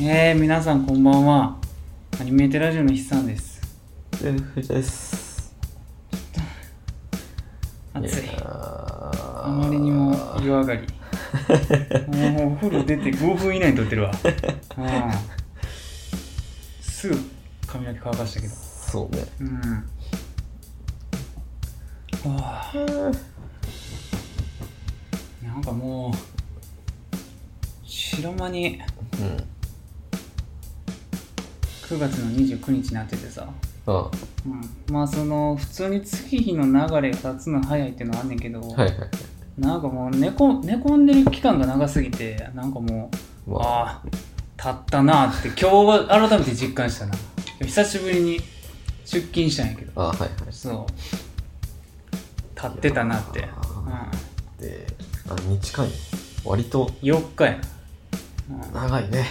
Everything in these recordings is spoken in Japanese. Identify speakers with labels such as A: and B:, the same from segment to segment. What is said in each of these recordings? A: えー、皆さんこんばんはアニメーテラジオの筆さんです
B: 夫婦です
A: 暑い
B: やー
A: あまりにも湯上がりもうお風呂出て5分以内に撮ってるわうんすぐ髪の毛乾かしたけど
B: そうね
A: うんああなんかもう知らん間に
B: うん
A: 9月の29日になっててさ
B: あ
A: うん、まあその普通に月日の流れが経つの早いっていうのはあんねんけど、
B: はいはいはい
A: なんかもう寝こ寝込んでる期間が長すぎてなんかもう、
B: まあ
A: ああ経ったなって今日は改めて実感したな久しぶりに出勤したんやけど
B: あはいはい
A: そう経ってたなって、うん、
B: で何日間よ割と
A: 4日やな、
B: 長いね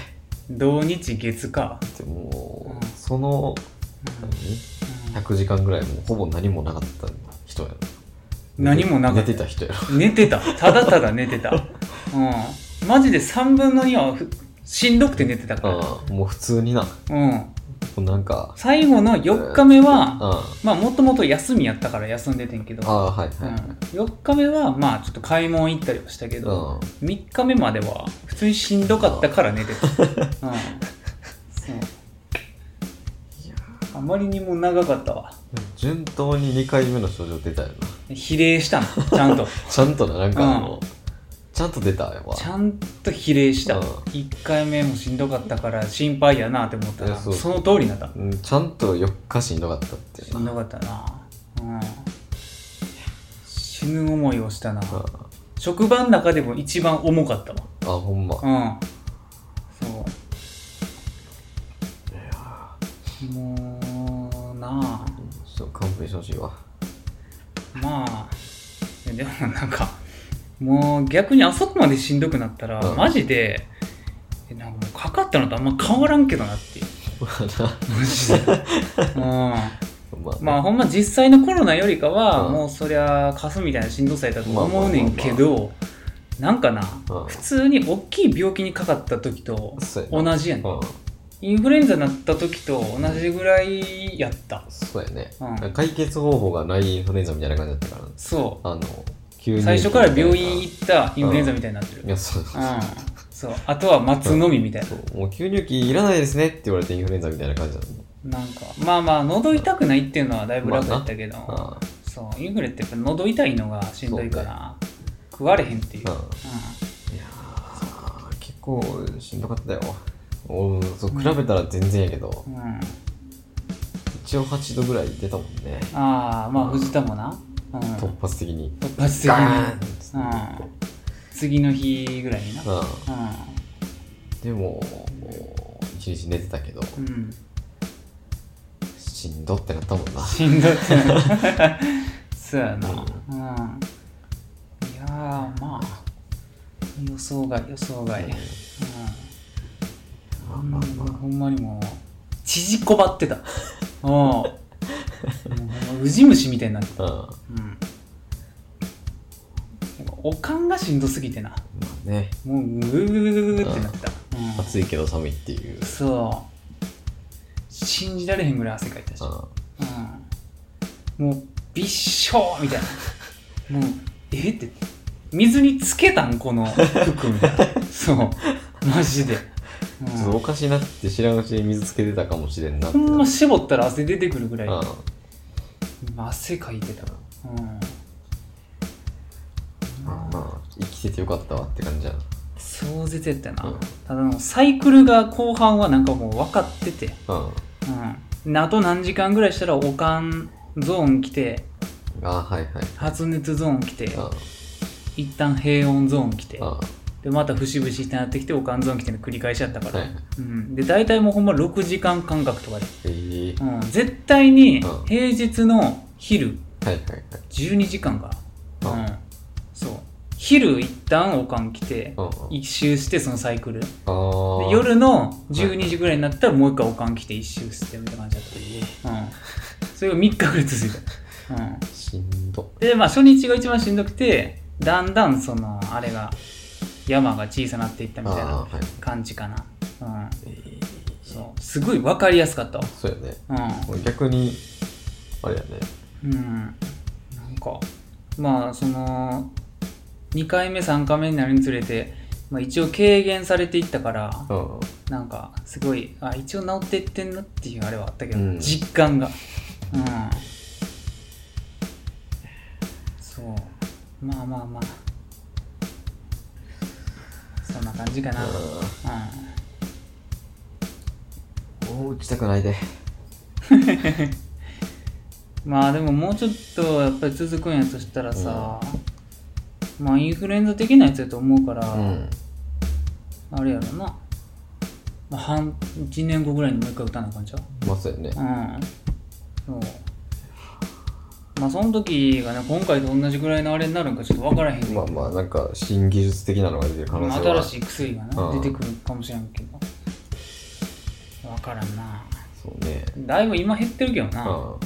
A: うん、同日月か、
B: で
A: う
B: も
A: ん
B: その
A: うん
B: 何100時間ぐらいもうほぼ何もなかった人やろ
A: 何もなかった
B: 寝てた人やろ
A: 寝てたただただ寝てたうんマジで3分の2はふしんどくて寝てたか
B: あもう普通になも
A: ら、うん、
B: うなんか
A: 最後の4日目は、
B: あ
A: まあもともと休みやったから休んでてんけど、
B: ああはい
A: うん
B: はいはい、
A: 4日目はまあちょっと買い物行ったりはしたけど、
B: うん
A: 3日目までは普通にしんどかったから寝て た、うん、そう
B: いや
A: あまりにも長かったわ
B: 順当に2回目の症状出たよな
A: 比例したのちゃん と
B: ちゃんとななんかあ
A: うん
B: のちゃんと出たわ
A: ちゃんと比例した、
B: うん
A: 1回目もしんどかったから心配やなって思ったら
B: いやそ
A: そうの通りになった
B: うんちゃんと4日しんどかったってい
A: し
B: うんな
A: どかったな、うん、死ぬ思いをしたな、
B: うん
A: 職場の中でも一番重かった
B: あほんま
A: わうんそうもうなあ
B: ちょっと勘弁してほしいわ
A: まあいやでもなんかもう逆にあそこまでしんどくなったら、
B: うん
A: マジでえなんかもうかかったのとあんま変わらんけどなっていう
B: まあ
A: マジでうん
B: な
A: まあほんま実際のコロナよりかは、
B: うん
A: もうそりゃカスみたいなしんどさやったと思うねんけど、なんかな、
B: うん
A: 普通に大きい病気にかかった時と
B: そうやな
A: 同じやねん、
B: うん
A: インフルエンザになった時と同じぐらいやった
B: そうやね
A: うん
B: 解決方法がないインフルエンザみたいな感じだったから
A: そ
B: あの急
A: う
B: に
A: 最初から病院行ったインフルエンザみたいになってる、う
B: い
A: ん
B: やそうそう
A: そうあとは待つのみみたいな、
B: そうもう吸入器いらないですねって言われてインフルエンザみたいな感じだった
A: なんかまあまあ喉痛くないっていうのはだいぶ楽だったけど、
B: あ
A: そうインフルってやっぱ喉痛いのがしんどいから、食われへんっていう、
B: あ
A: うん
B: いやー結構しんどかったよおそう比べたら全然やけど、
A: うん
B: 一応8度ぐらい出たもんね
A: ああまあ藤田もな、うん、
B: 突発的に
A: 突発的
B: ガーンっ
A: に
B: つって
A: 次の日ぐらいにな
B: うん
A: う
B: でももう一日寝てたけど
A: ん、うん、
B: しんどってなったもんな
A: しんどいってな そうやなうんいやーまあ予想外予想外うん
B: まあ
A: ほんま
B: まあ
A: に
B: まあ
A: ほんまにもう縮こばって たうんもうほんまウジ虫みたいになってた
B: うんま
A: うんおかんがしんどすぎてな
B: あね
A: もうグーグーグーグーってなった、うん
B: 暑いけど寒いっていう
A: そう信じられへんぐらい汗かいたし、
B: う
A: うん、もうびっしょーみたいなもうえって水につけたんこの服 みたいなそうマジで、うん
B: んちょっとおかしいなって知らんうちに水つけてたかもしれんなって
A: ほ
B: なうんん
A: ま絞ったら汗出てくるぐらい、
B: あ
A: 汗かいてたうん
B: まあ生きててよかったわって感じやな
A: 壮絶やったな、
B: うん
A: ただのサイクルが後半はなんかもう分かってて
B: うん
A: うん、あと何時間ぐらいしたらおかんゾーン来て
B: あはいはい
A: 発熱ゾーン来て
B: うん
A: 一旦平穏ゾーン来て
B: うん
A: でまた節々ってなってきておかんゾーン来ての繰り返しやったから、
B: はい
A: うん、で大体もうほんま6時間間隔とかで、
B: えー
A: うん、絶対に
B: うん
A: 平日の昼
B: はいはいはい
A: 12時間かな、
B: う
A: うんん、そう昼一旦おかん来て
B: うんうん
A: 一周してそのサイクルで
B: あー
A: 夜の12時ぐらいになったらもう一回おかん来て一周してみたいな感じだった
B: えー
A: うん それが3日ぐらい続いた。う ん、
B: しんど
A: で、まあ、初日が一番しんどくて、だんだんその、あれが、山が小さなっていったみたい
B: あ
A: な
B: ーはい
A: 感じかな。うん、
B: えー
A: そうすごい分かりやすかったわ
B: そうやね
A: う
B: もう逆にあれやね
A: ん、うん、なんかまあその2回目3回目になるにつれて、まあ、一応軽減されていったから
B: うん
A: なんかすごいあ一応治っていってんなっていうあれはあったけど、
B: うん
A: 実感がうんそうまあまあまあそんな感じかな、うん、
B: うんもう打ちたくないで
A: まあでももうちょっとやっぱり続くんやとしたらさ、まあインフルエンザ的なやつやと思うから、
B: うん
A: あれやろな、まあ、半1年後ぐらいにもう一回打たなあかんちゃう
B: まあそうやね
A: うんそうまあその時がね今回と同じぐらいのあれになるんかちょっと分からへんけど、
B: まあまあなんか新技術的なのが出てる可能性は
A: 新しい薬がな、
B: うん
A: 出てくるかもしれんけど分からんな
B: そうね
A: だいぶ今減ってるけど
B: う
A: な、
B: ん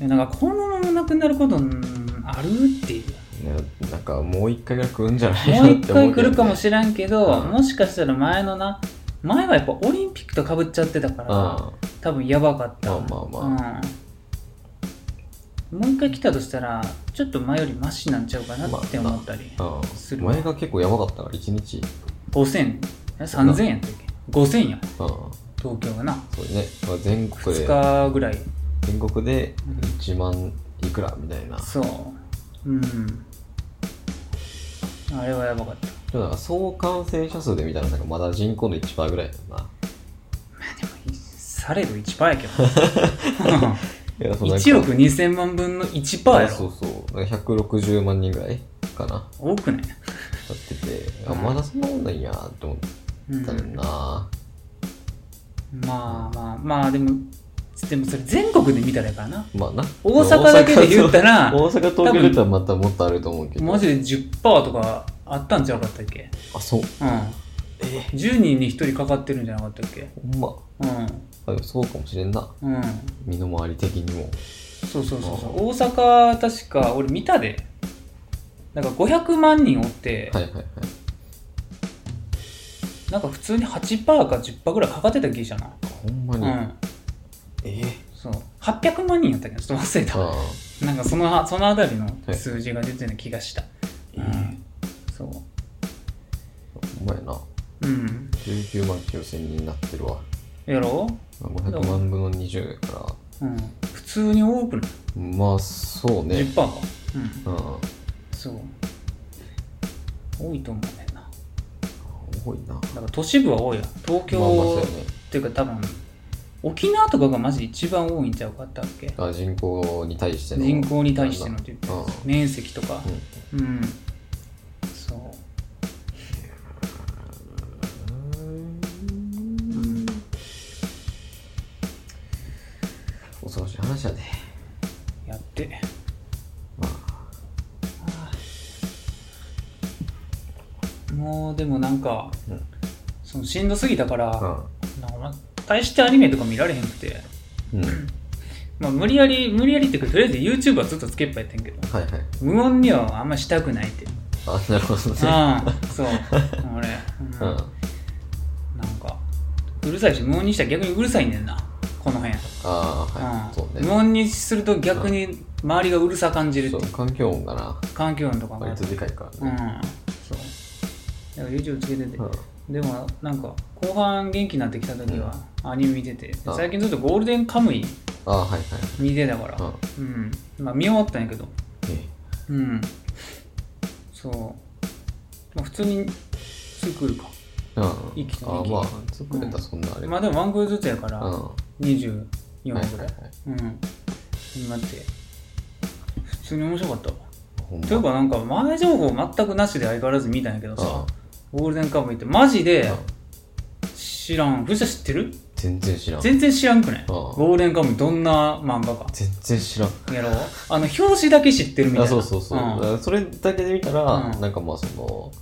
A: いやなんかこのままなくなることうんあるっていう
B: いやなんかもう一回ぐらい来るんじゃない
A: もう
B: のっ
A: 一
B: て思
A: 回
B: う
A: 来
B: けどね
A: るかもしれんけど、
B: うん
A: もしかしたら前のな前はやっぱオリンピックとかぶっちゃってたから、多分やばかった、
B: うんまあまあま
A: うん、もう一回来たとしたらちょっと前よりマシなんちゃうかなって思ったり、
B: うん
A: す
B: う
A: る
B: ん
A: わ
B: 前が結構やばかったから1日
A: 5000え3000やったっけ5000や
B: うん
A: 東京がな
B: そうね、まあ、全国
A: 2
B: で
A: 日ぐらい
B: 全国で1万いくらみたいな
A: そううんあれはやばかった
B: でもなんか総感染者数で見たらなんかまだ人口の1%ぐらいだな
A: まあでもいされど1%やけ どうん
B: いやそうなんか
A: 1億2000万分の1%や
B: そ
A: ろ
B: うそうなんか160万人ぐらいかな
A: 多くない、
B: やっててあ
A: うん
B: まだそんなもんなんやって思っ
A: うん
B: たよな、
A: まあまあまあでもでもそれ全国で見たらやからな
B: まあな
A: 大阪だけで言ったら
B: 大阪東京で言ったらまたもっとあると思うけど
A: マジで10%とかあったんじゃなかったっけ
B: あそう
A: うん
B: え
A: 10人に1人かかってるんじゃなかったっけ
B: ほんま
A: う
B: あでもそうかもしれんなん
A: うん
B: 身の回り的にも
A: そうそうそうそう
B: あ
A: 大阪確か俺見たでなんか500万人おって、
B: はいはいはい
A: なんか普通に8%か10%ぐらいかかってた気じゃない、
B: ほんま
A: う
B: に、
A: ん
B: え
A: そう800万人やったっけどちょっと忘れたわ
B: あ
A: なんかそのそのあたりの数字が出てるような気がした、
B: え
A: うんそ
B: ほんまやな
A: ううん
B: 19万9000人になってるわ
A: やろ
B: まあ500万分の20やか
A: う、うん、普通に多くない、
B: らまあそうね
A: 10%かうん
B: うん
A: そう多いと思うねんな
B: 多いな
A: だから都市部は多いやん東京、
B: まあまあそうやね
A: っていうか多分沖縄とかがマジ一番多いんちゃうかったっけ
B: あ人口に対しての
A: 人口に対しての
B: う
A: って言って
B: ん
A: 面積とか
B: うん
A: うん、そううん
B: 恐ろしい話やね
A: やって
B: ま
A: ああもうでもなんか、
B: うん
A: そのしんどすぎたから、
B: あ
A: なんかまあ大してアニメとか見られへんくて、
B: うん、うん、
A: まあ、無理やり無理やりっていうかとりあえず YouTube はずっとつけっぱやってんけど
B: はいはい
A: 無音にはあんましたくないって
B: あなるほどね
A: ああそう俺、
B: う
A: うんん、なんかうるさいし無音にしたら逆にうるさいねんなこの辺、
B: ああはい、
A: うん
B: そうね
A: 無音にすると逆に周りがうるさ感じるってい
B: そ
A: うう
B: 環境音がな
A: 環境音とかも
B: 割とでかいから
A: うん
B: ね、
A: そうだから YouTube つけてて、
B: うん
A: でもなんか後半元気になってきた時はアニメ見てて、
B: うん
A: 最近ずっとゴールデンカムイ
B: ああはいはい
A: 見てたから
B: うん
A: うん、まあ見終わったんやけど
B: え
A: うんそう、まあ、普通にすぐ来るか
B: えうん
A: 生きて
B: あ
A: 生
B: あ
A: きて
B: まあ作れたらそんなあれ
A: まあでもワンクールずつやから
B: うん
A: 24ぐらい、
B: はいはいはい
A: うん今って普通に面白かったわ
B: ほん
A: という
B: ま
A: かなんか前情報全くなしで相変わらず見たんやけどさゴールデンカムイってマジで
B: うん
A: 知らん藤田知ってる
B: 全然知らん
A: 全然知らんくない
B: うん
A: ゴールデンカムイどんな漫画か
B: 全然知らん
A: やろうあの表紙だけ知ってるみたいな
B: あそうそうそう、だ
A: ん
B: からそれだけで見たら、
A: うん
B: なんかまあそ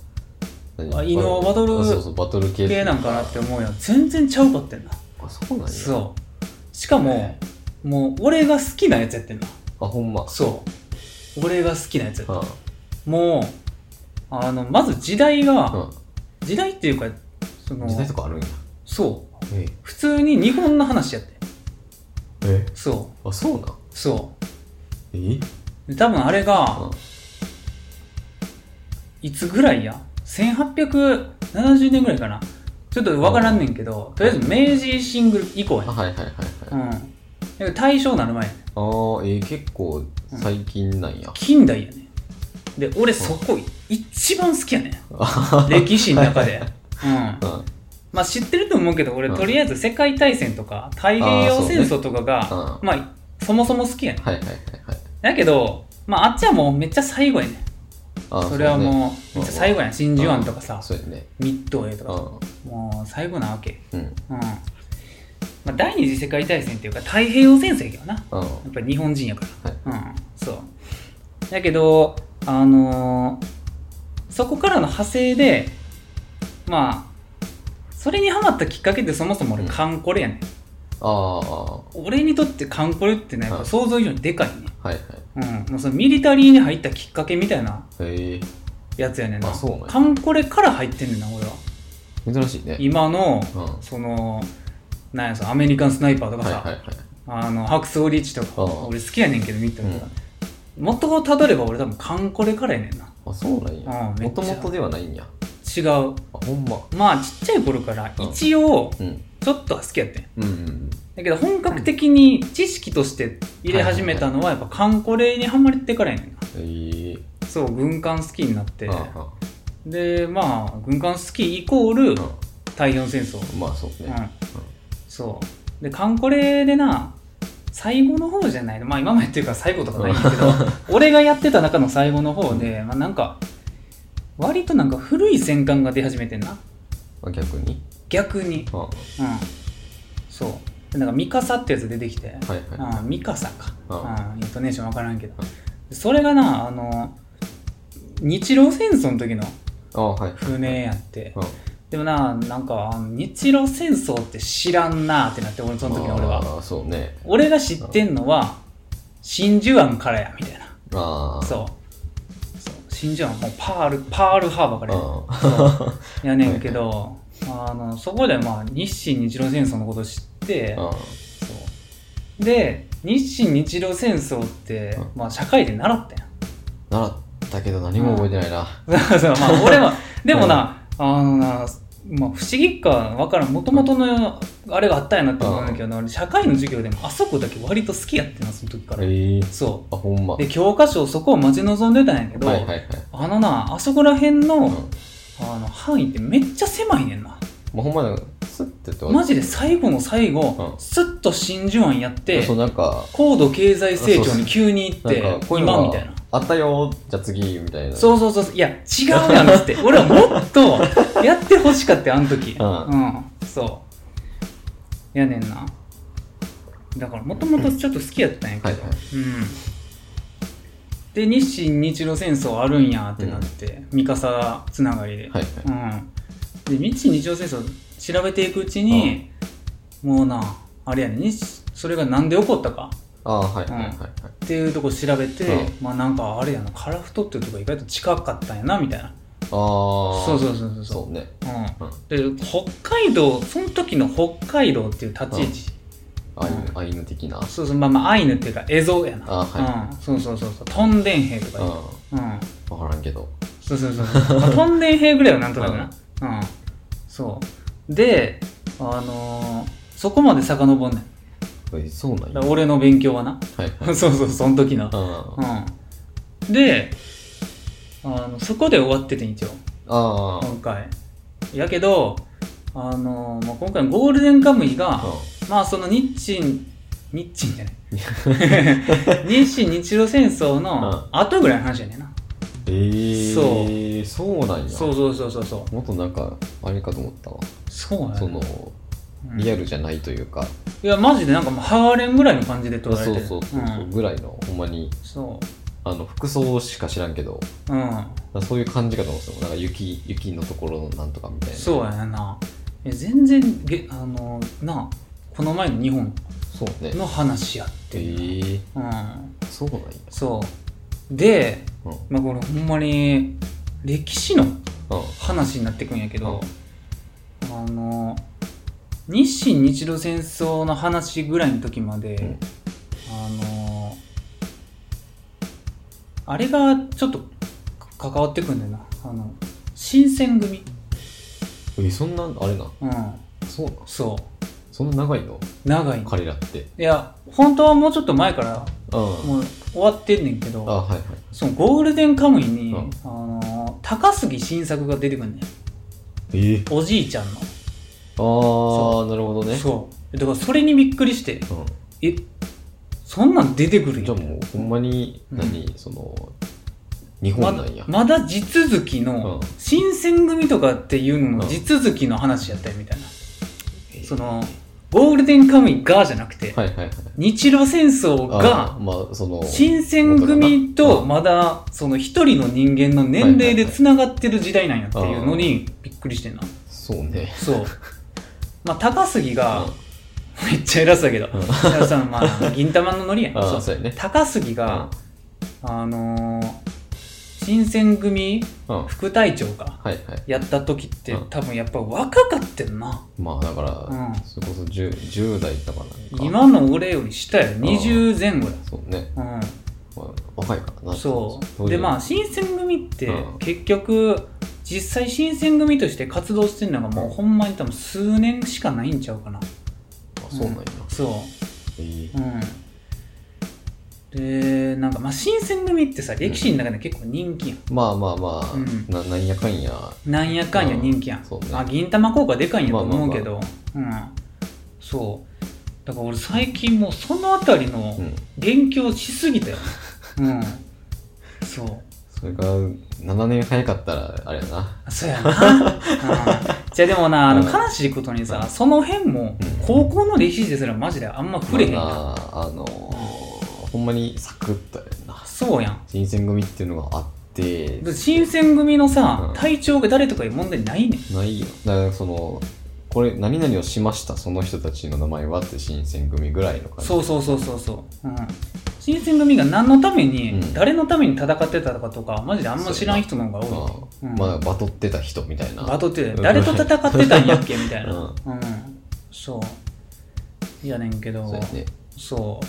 B: の
A: あ犬のバトル
B: あそうそうバトル系
A: 系なんかなって思うやん全然ちゃうかってんな
B: あそうなんや
A: そうしかももう俺が好きなやつやってんな
B: あほんま
A: そう俺が好きなやつやっ
B: うん
A: たもうあのまず時代が、
B: うん
A: 時代っていうかそその
B: 時代とかあるんや
A: そう
B: え
A: 普通に日本の話やって
B: え
A: そ
B: あそうなん
A: うそ
B: え
A: うで多分あれ
B: う
A: が
B: ん
A: いつぐらいや1870年ぐらいかなちょっと分からんねんけどとりあえず明治維新ぐらい以降や
B: あ
A: ね
B: はいはいはいはい
A: うんだから大正なる前やね
B: あーえー、結構最近なんや、
A: 近代やねで俺そこ一番好きやね
B: あはは
A: 歴史の中でうん
B: うんうん
A: まあ知ってると思うけど俺
B: うん
A: とりあえず世界大戦とか太平洋戦争とかが
B: は
A: まあそもそも好きやね
B: いはいはいはい
A: だけどまああっちはもうめっちゃ最後やね
B: あー
A: それは
B: うね
A: もうめっちゃ最後やん真珠湾とか
B: あ
A: さ
B: そうやね
A: ミッドウェイとか
B: う
A: もう最後なわけ
B: んうん
A: うんまあ第二次世界大戦っていうか太平洋戦争やけどなや
B: うん
A: っぱり日本人やから
B: はい
A: うん、そう。だけど、あのーそこからの派生で、まあ、それにハマったきっかけってそもそも俺、
B: うん
A: カンコレやねん。
B: ああは
A: 俺にとってカンコレってね、やっぱ想像以上にでかいね。
B: いはい
A: うん、もうそのミリタリーに入ったきっかけみたいな
B: へえ
A: やつやねんな。
B: あそうなんや
A: カンコレから入ってんねんな、俺は。
B: 珍しいね
A: 今の、
B: うんは
A: その、なんやそのアメリカンスナイパーと
B: い
A: か
B: は
A: さ、
B: いはい
A: あの白装リーチとか
B: ああ
A: 俺好きやねんけど見てもら元をたどれば俺多分カンコレからやねんな
B: あそうなんや
A: あーめ
B: も
A: っち
B: と
A: ゃ
B: もとではないんや
A: 違う
B: あほんま
A: まあちっちゃい頃から
B: うん
A: 一応
B: うん
A: ちょっとは好きやってん
B: うんうん
A: だけど本格的に知識として入れ始めたのはやっぱカンコレにハマってからやねんな
B: へえ
A: そう軍艦好きになって
B: あーあ
A: でまあ軍艦好きイコール
B: ー
A: 太陽戦争
B: うんまあそう
A: う
B: ね
A: んそうでカンコレでな最後の方じゃないのまあ今までっていうか最後とかないんだけど俺がやってた中の最後の方で、まあ、なんか割となんか古い戦艦が出始めてんな
B: まあ逆に
A: 逆に
B: あー
A: うんそうでなんかミカサってやつ出てきて、
B: はいはい
A: あミカサか、
B: あ
A: うんイントネーション分からんけど
B: うん
A: でそれがなあの日露戦争の時の
B: ああはい
A: 船やって
B: うん
A: でもななんかあの日露戦争って知らんなーってなって俺その時の俺は
B: ああそうね
A: 俺が知ってんのは真珠湾からやみたいな
B: ああ
A: そうそう真珠湾もうパールパールハーバーからや
B: あ
A: やねんけどあのそこでまあ日清日露戦争のこと知って
B: ー あ
A: そうで日清日露戦争って
B: うん
A: まあ社会で習ったやん
B: ー習ったけど何も覚えてないな
A: そうそうまあ俺 はでもなあのなまあ、不思議かわからんもともとのあれがあったんやなって思うんだけどな俺社会の授業でもあそこだけ割と好きやってんなその時から
B: ええ
A: そう
B: あほんま
A: で教科書そこを待ち望んでたんやけど、
B: はいはいはい
A: あのなあそこら辺の,、
B: うん
A: あの範囲ってめっちゃ狭いねんな
B: まあほんまなんかスッてって
A: マジで最後の最後、
B: うん
A: すっスッと真珠湾やって
B: そうなんか
A: 高度経済成長に急に行って
B: なんかこういう
A: 今
B: の
A: みたい
B: が
A: な
B: あったよじゃあ次みたいな
A: そうそうそうそういや違うやんっつって 俺はもっとやってほしかったよあの時
B: うん
A: うん、そうやねんなだからもともとちょっと好きやったんやけど、
B: はいは
A: う
B: い
A: ん、で日清日露戦争あるんやってなって、三笠つながりで、
B: はいはい
A: うん、で日清日露戦争調べていくうちに、もうなあれやね日それがなんで起こったか
B: ああーはいはいはいはい
A: っていうとこ調べて、
B: うん
A: まあなんかあれやなカラフトっていうとこ意外と近かったんやなみたいな
B: ああそ
A: そうそうそうそう
B: そうね
A: う、ん、で北海道その時の北海道っていう立ち位置、
B: アイヌ
A: う
B: アイヌ的な
A: そうそうまあまあアイヌっていうかエゾやな
B: あは
A: うん、そうそうそうそうトンデン兵と
B: う
A: かいうん
B: 分からんけど
A: そうそうそうそう、まあ、トンデン兵ぐらいはなんとなくなうん、そうであのーそこまで遡んねん
B: えそうなん
A: だ
B: や
A: から俺の勉強はな
B: はい は
A: そうそうその時の
B: あ
A: う
B: ー
A: んであのそこで終わってて一応
B: あー
A: 今回やけどあのーまあ、今回のゴールデンカムイが、まあその日清日清じゃない 日清日露戦争の後ぐらいの話やねんな、
B: えーそうなんや
A: そうそうそうそうそ
B: もっとなんかあれかと思ったわ
A: うそうやね
B: その
A: うん
B: リアルじゃないというか
A: いやマジでなんかもうハーレンぐらいの感じで撮
B: そう
A: られて
B: そう
A: る
B: そう
A: うん
B: ぐらいのほんまに
A: そ
B: あの服装しか知らんけど
A: ううん
B: なんかそういう感じかと思ってたもんなんか雪雪のところのなんとかみたいな
A: そうやねんなえ全然げあのなこの前の日本
B: そうね
A: の話やって
B: え
A: る
B: ー、
A: うん
B: そうなんや
A: そうで、
B: うん
A: まあ、これほんまに歴史の
B: うん
A: 話になってくんやけど、あその日清日露戦争の話ぐらいの時まで、
B: うん
A: あのあれがちょっと関わってくんだよなあの新選組
B: えそんなあれな
A: うん
B: そうな
A: そ
B: そんな長いの
A: う長いの
B: 彼らって
A: いや本当はもうちょっと前から
B: うん
A: もう終わってんねんけ
B: あ
A: ど
B: はいはい
A: そのゴールデンカムイに、
B: うん
A: あの高杉晋作が出てくんねん
B: ええ
A: おじいちゃんの、
B: ああなるほどね
A: そうだからそれにびっくりして
B: うん
A: えそんなん出てくるん
B: じゃ
A: や
B: あもうほんまに
A: うん
B: 何、その日
A: ま
B: 本なんや、
A: まだ地続きの
B: うん
A: 新選組とかっていうの
B: う
A: の
B: ん
A: 地続きの話やったりみたいな、
B: えー
A: そのゴールデンカムイがじゃなくて、
B: はいはいはい
A: 日露戦争
B: あ
A: が
B: ーまあその
A: 新選組と
B: う
A: まだその一人の人間の年齢でつながってる時代なんやっていうのにびっくりしてんな
B: そうね
A: そうまあ高杉が
B: うん
A: めっちゃ偉そうやけど
B: うん
A: いやそのまあ銀魂のノリやん
B: あ
A: そ
B: あ
A: う
B: そうやね
A: 高杉があのー新選組
B: うんうんはい
A: 副隊長か
B: はい
A: やった時って
B: うん
A: 多分やっぱ若かってんな
B: まあだから、
A: うん
B: それこそ 10, 10代とかなんか
A: 今の俺より下や20前後
B: そうね、
A: や
B: まあ、若いから
A: う
B: なん
A: そう
B: い
A: でまあ新選組って
B: うん
A: 結局実際新選組として活動してるのがもうほんまに多分数年しかないんちゃうかな
B: あそうなんや、
A: そ
B: えー
A: ううんでなんかまあ新選組ってさ歴史の中で結構人気やん
B: まあまあまあ、
A: うん
B: ななんやかんや
A: なんやかんや人気やん、
B: うんそうね
A: まあ、銀玉効果でかいんやと思うけど、うんそうだから俺最近もうそのあたりの
B: うん
A: 勉強しすぎた よ、うんそう
B: それが7年早かったらあれやな
A: あそうや な、うん、じゃあでもなあの
B: うん
A: 悲しいことにさ、その辺も
B: うん
A: 高校の歴史ですらマジであんま触れへんやん、
B: まあ、あのーほんまにサクッとやんな
A: そうやん
B: 新選組っていうのがあって
A: で新選組のさ、
B: うん
A: 体調が誰とかいう問題ないねん
B: ないよだからそのこれ何々をしましたその人たちの名前はって新選組ぐらいの感じ
A: そうそうそうそうそう、うん、新選組が何のために、
B: うん
A: 誰のために戦ってたかとかマジであんま知らん人の方が多い、
B: まあ
A: うん
B: まあバトってた人みたいな
A: バトって
B: うん
A: 誰と戦ってたんやっけみたいな、 う
B: う
A: んそういやねんけど
B: そうやね
A: そ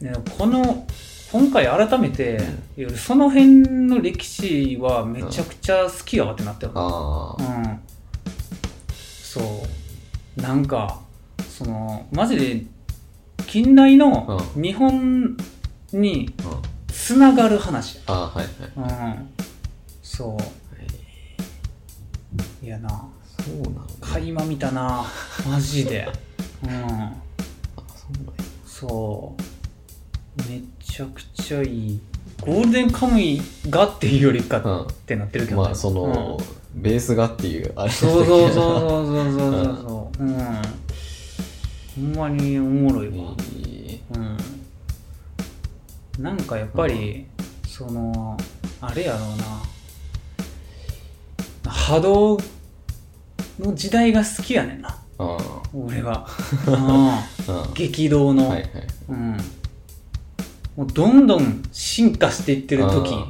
A: うねこの今回改めて
B: うん、
A: いやその辺の歴史はめちゃくちゃ好きやわってなったよ、
B: あ
A: う
B: あ
A: ん、そうなんかそのマジで近代の
B: う
A: 日本に
B: うん
A: つながる話や、
B: ああはいは
A: う
B: い
A: ん、そういやな
B: そうなのね
A: 垣間見たなマジでうん
B: あそうなんや
A: そうめちゃくちゃいいゴールデンカムイがっていうよりか
B: うん
A: ってなってるけどね、
B: まあその、
A: うん
B: ベースがっていうあれ
A: そうそうそうそうそうそうそうそううんほんまにおもろいわ
B: え
A: うんなんかやっぱり、そのあれやろうな波動の時代が好きやねんな
B: ー あ
A: 俺は、う
B: あ
A: ん、激動の、
B: はいはい
A: うん、もうどんどん進化していってる時
B: あ、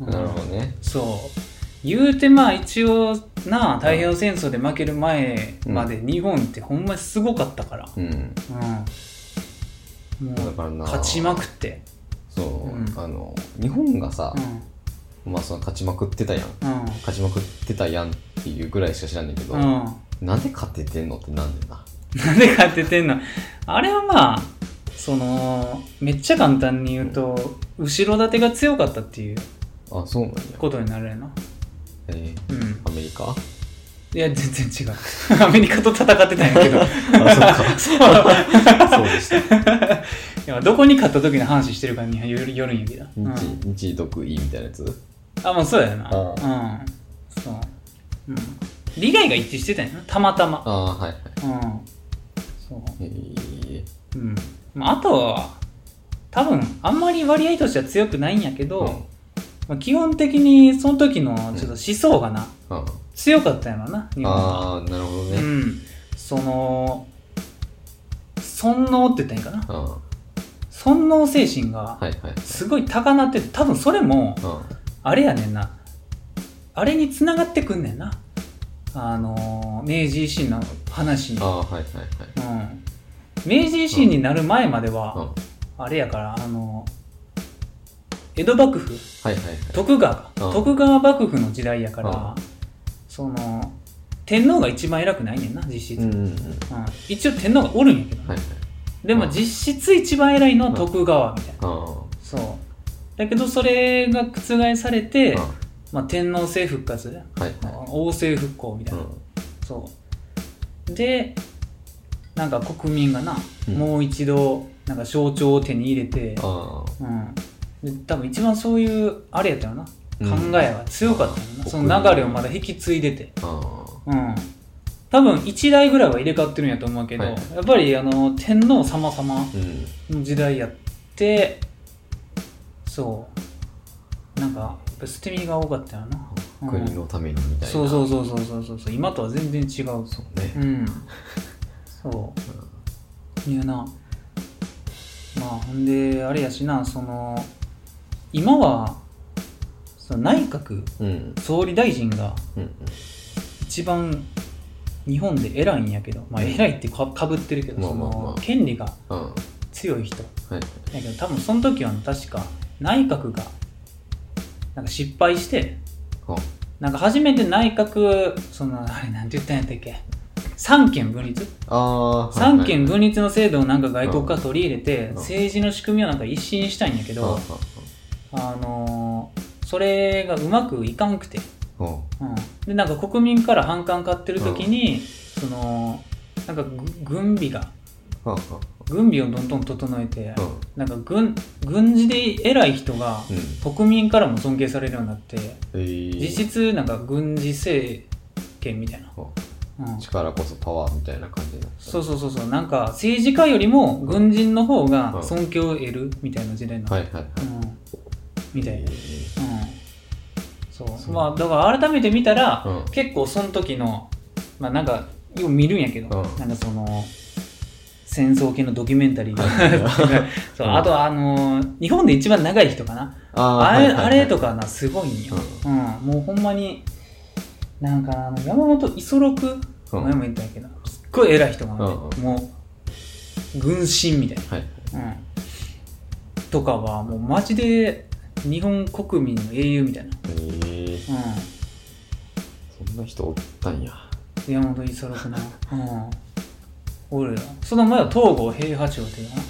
A: うん
B: なるほどね
A: そう言うてまあ一応なあ太平洋戦争で負ける前まで日本ってほんまにすごかったから、
B: うん
A: うん、も
B: だ
A: う
B: からな
A: 勝ちまくって
B: そう、
A: うん
B: あの日本がさ
A: うん、
B: まあその勝ちまくってたやん
A: う
B: 勝ちまくってたやんっていうぐらいしか知らんねんけど、
A: んうん
B: なんで勝ててんのってなんでな
A: なんで勝ててんのあれはまあそのめっちゃ簡単に言うと後ろ盾が強かったっていう
B: あそうなんや
A: ことになるやな
B: えー
A: うん
B: アメリ カ
A: いや、全然違う。アメリカと戦ってたんやけど。そう
B: そうでした
A: いやどこに勝った時の話してるかによるよるんやけど。うん、
B: 日日独位みたいなやつ
A: あ、まあそうやな。
B: あ
A: うん。そう。うん。利害が一致してたんやな、たまたま。
B: ああはいはい
A: うん。そ
B: えー
A: う。うん。まあ、あとは、多分、あんまり割合としては強くないんやけど、
B: うん
A: まあ、基本的にその時のちょっと思想がな、
B: うん
A: 強かったんやろな、日本は。
B: ああなるほど
A: う
B: ね
A: ん。その、尊王って言ったらいいんかな。
B: うんは
A: 尊王精神が
B: いはいはい
A: すごい高鳴ってて多分それも
B: うん
A: あれやねんなあれに繋がってくんねんなあのー明治維新の話に、
B: あ
A: うん、
B: あはいはい
A: 明治維新になる前までは、
B: はいうん
A: あれやからあの江戸幕府
B: はいはいはい
A: 徳川か
B: うん
A: 徳川幕府の時代やから、
B: うん
A: その天皇が一番偉くないねんな実質、
B: うんうんうん
A: うん一応天皇がおるんやけど、
B: はいはい
A: でも実質一番偉いのは徳川みたいな、
B: ああ
A: そうだけどそれが覆されて、
B: あ
A: まあ、天皇制復活、
B: あはいはい
A: 王政復興みたいな、そうでなんか国民がな、
B: うん
A: もう一度なんか象徴を手に入れて、
B: あ
A: うん、で多分一番そういうあれやったよな考
B: うん
A: えが強かったよな、
B: うん
A: その流れをまだ引き継いでて、
B: ああ
A: うん、多分1代ぐらいは入れ替わってるんやと思うけど、
B: はい
A: やっぱりあの天皇様様
B: あうん
A: の時代やってそうなんかやっぱ捨て身が多かったよな、うん
B: 国のためにみたいな
A: そうそうそうそうそうそうそう今とは全然違う
B: そうね
A: うんそういうなまあほんであれやしなその今はその内閣
B: うんうん
A: 総理大臣が
B: うん
A: 一番日本で偉いんやけど、まあ、偉いってかかぶってるけど、
B: まあ
A: そ
B: まあ
A: の、
B: まあ
A: 権利が
B: うんはい
A: 強い人
B: はい
A: だけど多分その時は確か内閣がなんか失敗して
B: あ
A: なんか初めて内閣そのあれなんて言ったんやったっけ三権分立
B: あーはい
A: 三権分立の制度をなんか外国から取り入れて
B: うん
A: 政治の仕組みをなんか一新したいんやけ
B: あ
A: どあのーそれがうまくいかんくて、
B: ああ
A: うん、でなんか国民から反感買ってる時にそのなんかぐ軍備が
B: ああ
A: 軍備をどんどん整えて
B: ああ
A: なんか軍軍事で偉い人が
B: うん
A: 国民からも尊敬されるようになって
B: えー
A: 実質なんか軍事政権みたいな、うん、
B: 力こそパワーみたいな感じになった
A: そうそうそうそうなんか政治家よりも軍人の方が尊敬を得るみたいな時代なの、
B: はいはいはい
A: うん、みたいな、うん、
B: え
A: そう
B: そう
A: まあだから改めて見たら、
B: うん
A: 結構その時のまあなんかよう見るんやけど、
B: うん
A: なんかその戦争系のドキュメンタリーが そう
B: うん
A: あとあのー日本で一番長い人かな
B: ーあ
A: あれ,、
B: ーはいはいはい
A: あれとかなすごいんよ、うんもうほんまになんかあの山本五十六
B: うん
A: 前も言ったんやけどすっごい偉い人が、ね
B: う
A: もう軍神みたい
B: はい
A: な、うん、とかはもうマジで日本国民の英雄みたいな、
B: えー
A: う
B: そんな人おったんや
A: ん、山本五十六な、うん、おるよその前は東郷平八郎っていうのかな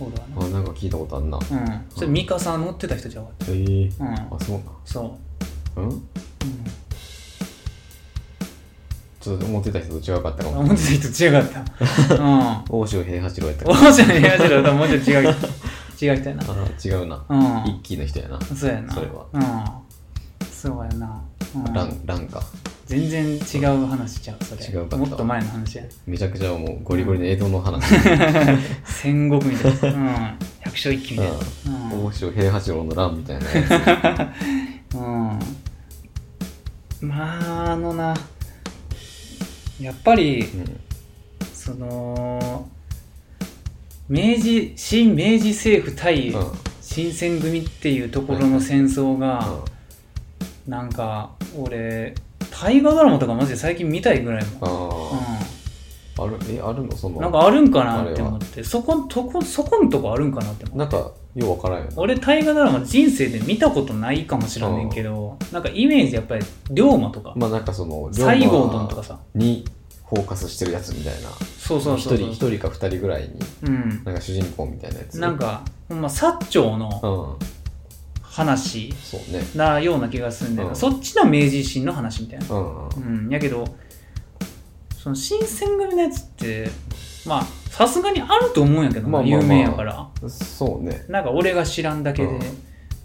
A: おるわ
B: あなんか聞いたことあんな
A: な、うん、それ三笠さん乗ってた人じゃうか
B: えー
A: ったうん
B: あそう
A: そ
B: なんうん
A: う、うん
B: ちょっと思ってた人と違うかったかも
A: 思ってた人違か った。うん。
B: 大塩平八郎やったか
A: 王者の部屋じゃもうちょっと 違う人。違う人や
B: あー違うな
A: な。
B: 一気の人やな
A: うん。そうやな。
B: それは
A: うん。そうやな。うん
B: ランランか
A: 全然違う話ちゃう、それ。
B: 違うかった
A: もっと前の話や。
B: めちゃくちゃもうゴリゴリの江戸の 話
A: 戦国みたい な。うん。百姓一揆みたいな。
B: 大塩平八郎の乱みたいな
A: うん。うん。まあ、あのな。やっぱり、
B: う
A: その、明治、新明治政府対、
B: んうん
A: 新選組っていうところの戦争
B: う
A: が
B: ん
A: なんか俺大河ドラマとかマジで最近見たいぐらいも、
B: ああ、ある、え、あるのそ
A: うん、
B: の、
A: なんかあるんかなって思ってそこんとこそこんとこあるんかなって思
B: な
A: っ
B: ん
A: て
B: かようわからんよな。
A: 俺大河ドラマ人生で見たことないかもしれんねんけどなんかイメージやっぱり龍馬とか
B: まあなんかその、
A: 西郷どんとかさ
B: にフォーカスしてるやつみたいな。
A: そうそうそ
B: 一
A: う
B: 人、
A: そう
B: 一人か二人ぐらいに、
A: うん
B: なんか主人公みたいなやつ。
A: なん、かほんま薩長
B: う
A: の
B: ん、
A: 話
B: そうね。
A: なような気がするんだよな、
B: うん
A: そっちの明治維新の話みたいな
B: うん、うん、
A: うん、やけどその新選組のやつってまあさすがにあると思うんやけどな、
B: まあまあまあ
A: 有名やから
B: そうね。
A: なんか俺が知らんだけで、
B: うん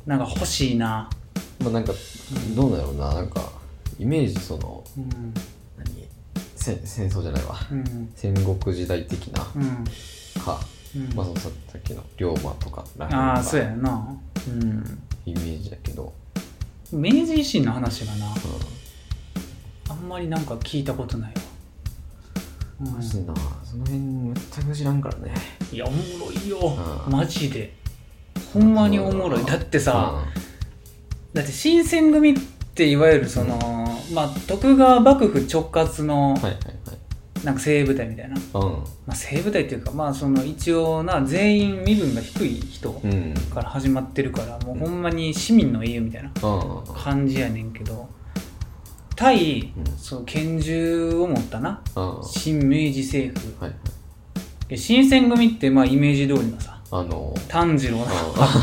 A: なんか欲しいな、
B: まあなんか、どうだろうな、なんか、イメージその、
A: うん
B: 何戦戦争じゃないわ。
A: うん
B: 戦国時代的な
A: うん
B: か、
A: うん
B: まあそのさっきの龍馬とからへん
A: あ
B: が
A: あそうやな、うん、
B: イメージだけど、
A: 明治維新の話がな
B: うん、
A: あんまりなんか聞いたことないわ、うん
B: マジでな、その辺全く知らんからね。
A: いやおもろいよ、
B: うん
A: マジでほんまにおもろいだってさ、だって新選組っていわゆるその、まあ、徳川幕府直轄の
B: はいはい
A: なんか精鋭部隊みたいな、
B: は
A: まあ、精鋭部隊っていうか、まあ、その一応な全員身分が低い人
B: いうんうん
A: から始まってるからもうほんまに市民の英雄みたいな
B: ああ
A: 感じやねんけど対
B: うん
A: その拳銃を持ったな
B: ああ
A: 新明治政府
B: はいはい
A: で新選組ってまあイメージ通りのさ
B: あの
A: 炭治郎の
B: ハ
A: ハ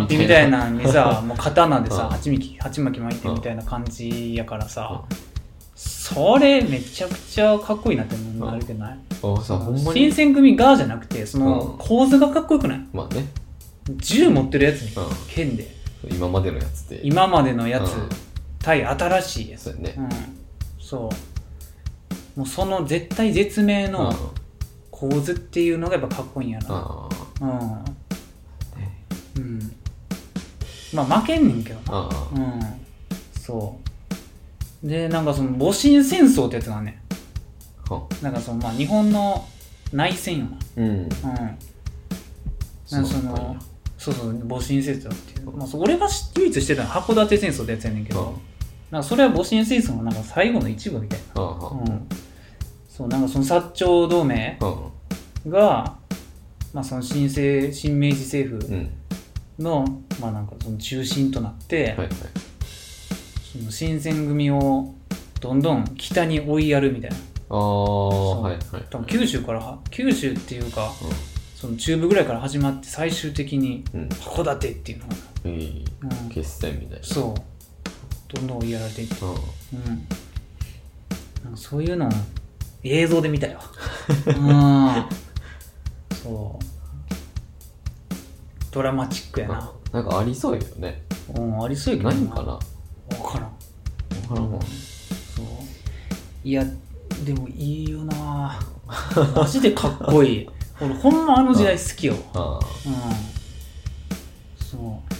A: ッピーみたいなのにさもう刀でさ
B: うん
A: 鉢巻き鉢巻き巻いてみたいな感じやからさ
B: あ
A: それめちゃくちゃかっこいいなって思う
B: うん
A: あれじゃない
B: あさほんま
A: 新
B: に
A: 選組がじゃなくてその
B: うん
A: 構図がかっこよくない
B: まあね
A: 銃持ってるやつに
B: うん
A: 剣で
B: 今までのやつで
A: 今までのやつ
B: うん
A: 対新しいやつ
B: そうやね
A: うんそうもうその絶対絶命
B: うん
A: の構図っていうのがやっぱかっこいいんやな
B: あ
A: うん
B: あね
A: うんまあ負けんねんけどな
B: ああ
A: うんそうでなんかその戊辰戦争ってやつがあんね
B: は
A: んなんかそのまあ日本の内戦よ
B: うん
A: なうん
B: そう
A: そ
B: なん
A: の
B: や
A: そうそう戊辰戦争っていう、まあ、そう俺が知唯一してたのは函館戦争ってやつやねんけど、なんかそれは戊辰戦争のなんか最後の一部みたいな
B: あああ
A: うん、そうなんかその薩長同盟
B: あ
A: が、まあ、その新政新明治政
B: う
A: 府
B: ん
A: の,、まあ、なんかその中心となって、
B: はいはい
A: その新選組をどんどん北に追いやるみたいな
B: ああはいはい
A: 多分九州からは九州っていうかその中部ぐらいから始まって最終的に
B: うんうん
A: 函館っていうのが、
B: いい
A: うん
B: 決戦みたいな
A: そうどんどん追いやられていって、
B: うん
A: うん、なんかそういうのを映像で見た ようんそうドラマチックやな、
B: なんかありそうよね
A: うん、ありそうやけど
B: ないんかな
A: 分からん
B: わからんわ
A: そういやでもいいよなマジでかっこ いい俺ほんまあの時代好きよ
B: あ
A: うんそう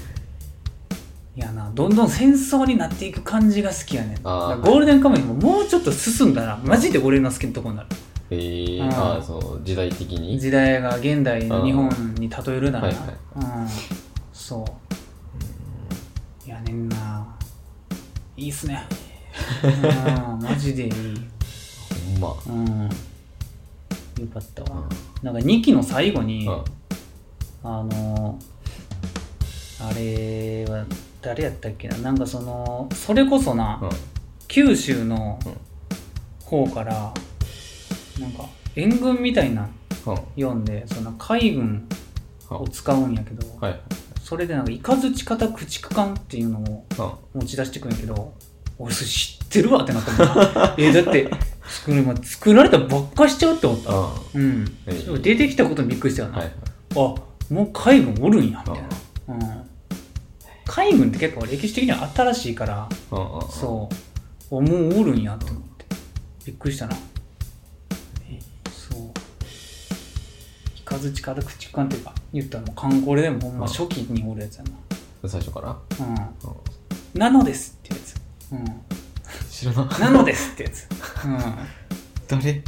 A: いやなどんどん戦争になっていく感じが好きやねんだ
B: あー
A: からゴールデンカムイももうちょっと進んだらマジで俺の好きなとこになる
B: えー、
A: うん
B: ああそう時代的に
A: 時代が現代の日本に例えるなら、
B: はいはい
A: うんそういやねんないいっすねうんマジでいい、
B: ほんま
A: うん、よかった
B: うん
A: わなんか2期の最後に、
B: うん
A: あのーあれは誰やったっけななんかそのそれこそな、
B: うん
A: 九州の
B: うん
A: 方からなんか援軍みたいな
B: うん
A: 読んでその海軍を使うんやけど、
B: はい
A: それでなんか「いかずち方駆逐艦」っていうのを
B: うん
A: 持ち出してくんやけど俺それ知ってるわってなったもんな えだって作る作られたばっかしちゃうって思った
B: うん
A: うん、
B: ええ
A: 出てきたことにびっくりしたよな、
B: はいはい
A: あもう海軍おるんやみ
B: うん
A: たいな、うん、海軍って結構歴史的には新しいから
B: うんうん
A: そうあもうおるんやと思ってびっくりしたなそう「いかずちから口かん」っていうか言ったらもう観光でもほんま初期におるやつや
B: 最初から
A: な「
B: うん
A: うん、なのです」ってやつ「うん、
B: 知らな
A: なのです」ってやつうん だ
B: 誰
A: か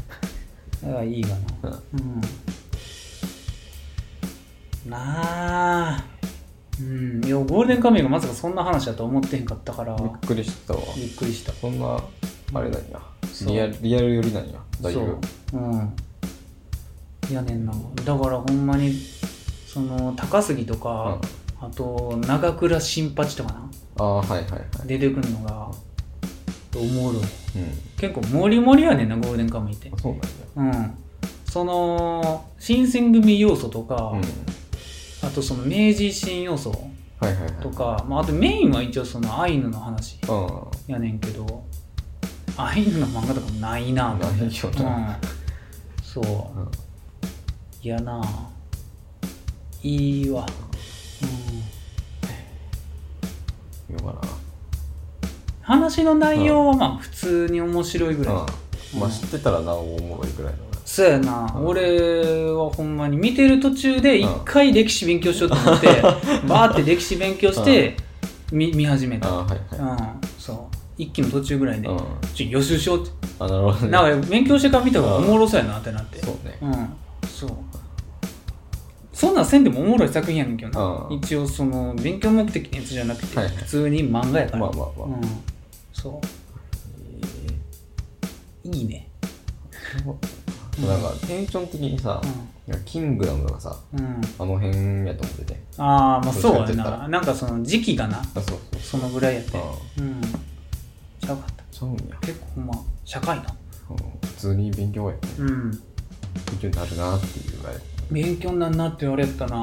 A: らいいわな
B: うん
A: うんなあうんいやゴールデンカムイがまさかそんな話だと思ってへんかったから
B: びっくりしたわ
A: びっくりした
B: そんなあれなんや
A: そう
B: リアルリアル寄りなんやだいぶ
A: そううんやねんなだからほんまにその高杉とか、あと長倉新八とかな
B: ああはいはいはい
A: 出てくるのがおもろい
B: うん
A: 結構モリモリやねんなゴールデンカムイって
B: あそうなんや
A: うんその新選組要素とか、
B: うん
A: あとその明治維新要素
B: はいはいはい
A: とか、まあ、あとメインは一応そのアイヌの話
B: うん
A: やねんけどアイヌの漫画とかもないなぁ
B: ないよ
A: う
B: な
A: ん、そう
B: うん
A: いやなぁいいわ、うん、
B: よかな
A: 話の内容はまあ普通に面白いぐらい、
B: うんまあ知ってたらなおおもろいぐらいの
A: そうやな、
B: うん
A: 俺はほんまに見てる途中で
B: う
A: 一
B: ん
A: 回歴史勉強しようと 思って、バーって歴史勉強して、み見始め
B: あ
A: た、
B: あはい
A: うん
B: は
A: そう一期の途中ぐらい
B: い
A: で、
B: うん
A: ちょ予習しようって
B: あなるほどね
A: なんか勉強してから見た方がおもろそうやなってなって
B: そうね
A: うんそうそんなんせんでもおもろい作品やねんけど
B: う
A: なん一応その勉強目的のやつじゃなくて
B: はいはい
A: 普通に漫画やから
B: まあまあまあ
A: うんそういいねうん
B: なんかテンション的にさ、なんかキングダムとかさ
A: うん、うん、
B: あの辺やと思ってて
A: ああまあそうや
B: どっちかって言った
A: な
B: ら
A: なんかその時期がな
B: あそう
A: そのぐらいやって
B: そうあ
A: うんちゃうかった
B: そうなんや
A: 結構ほんま社会な
B: うん普通に勉強や
A: うん
B: 勉強になるなっていうぐらい
A: 勉強になんなって言われたな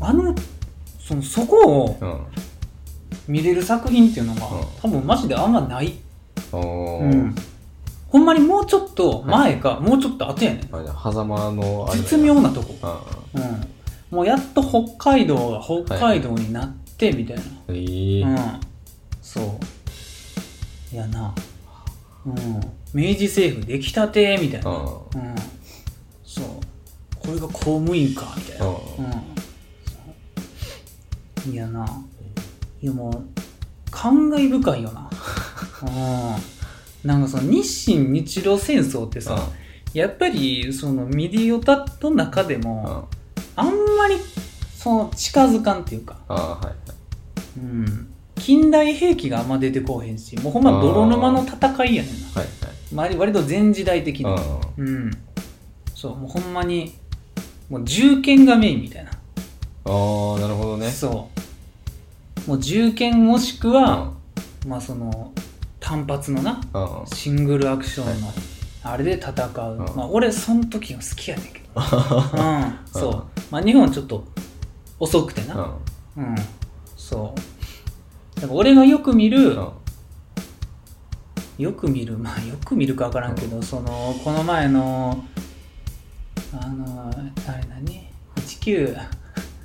B: うん
A: あのそのそこを
B: うん
A: 見れる作品っていうのが、
B: うん
A: 多分マジであんまない、
B: お
A: う
B: ー
A: ん、ほんまにもうちょっと前か、もうちょっと後やねん
B: あじゃあ狭間のあれだ
A: 絶妙なとこ、
B: あ
A: うん、もうやっと北海道が北海道になってみたいな、
B: えー
A: うんそういやな、うん、明治政府できたてみたいな、
B: うん
A: うん、そうこれが公務員かみたいな、
B: う
A: うん
B: ん
A: そういやないやもう感慨深いよ なうんなんかその日清日露戦争ってさ、やっぱりそのミディオタの中で
B: うんうん
A: も、
B: あ
A: あんまりその近づかんっていうか、
B: はいはい
A: うん、近代兵器があんま出てこうへんしもうほんま泥沼の戦いやねんな
B: は
A: 割
B: い
A: 割と前時代的な、
B: はいうん
A: うん。そう、もうほんまに、もう銃剣がメインみたいな。
B: ああなるほどね
A: そう。もう銃剣もしくは、まあその、単発のな、
B: うんうん
A: シングルアクションの、あれで戦う。
B: ん
A: まあ俺、その時が好きやねんけど。 うん、そう。まあ日本はちょっと遅くて
B: う
A: な。
B: ん
A: うん。そう。だから俺がよく見る、
B: うん
A: よく見るまあよく見るか分からんけど、そのこの前のあのあれ何19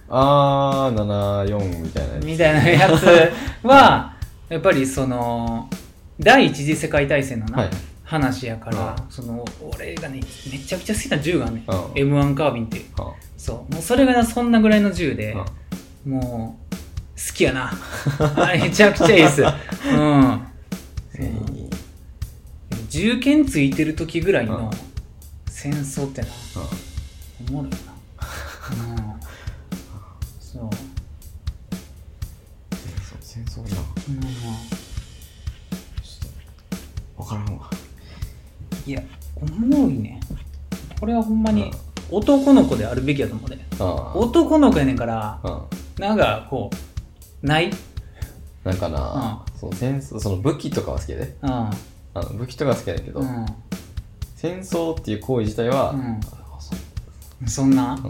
B: あー、74みたいなやつ。
A: みたいなやつはやっぱりその第一次世界大戦のな、
B: はい。
A: 話やから、
B: う
A: その俺がねめちゃくちゃ好きな銃があんね、
B: うん
A: ん、m 1カービンっていう
B: は
A: そうもうそれがなそんなぐらいの銃で、
B: あ
A: もう好きやな あめちゃくちゃいいっすうん
B: うん
A: 銃剣ついてる時ぐらいの戦争ってなおもろいなうんそう、
B: 戦争な。
A: うん、
B: わからんわ。
A: いやおもろいねこれはほんまに男の子であるべきやと思うで
B: あー
A: 男の子やねんから
B: うん
A: なんかこうない、うん、
B: なんかな、そう戦争、その武器とかは好きやで。あの武器とかは好きやねんけど、
A: うん
B: 戦争っていう行為自体は、
A: うん
B: あそう
A: そんな
B: う
A: ま
B: ん
A: あ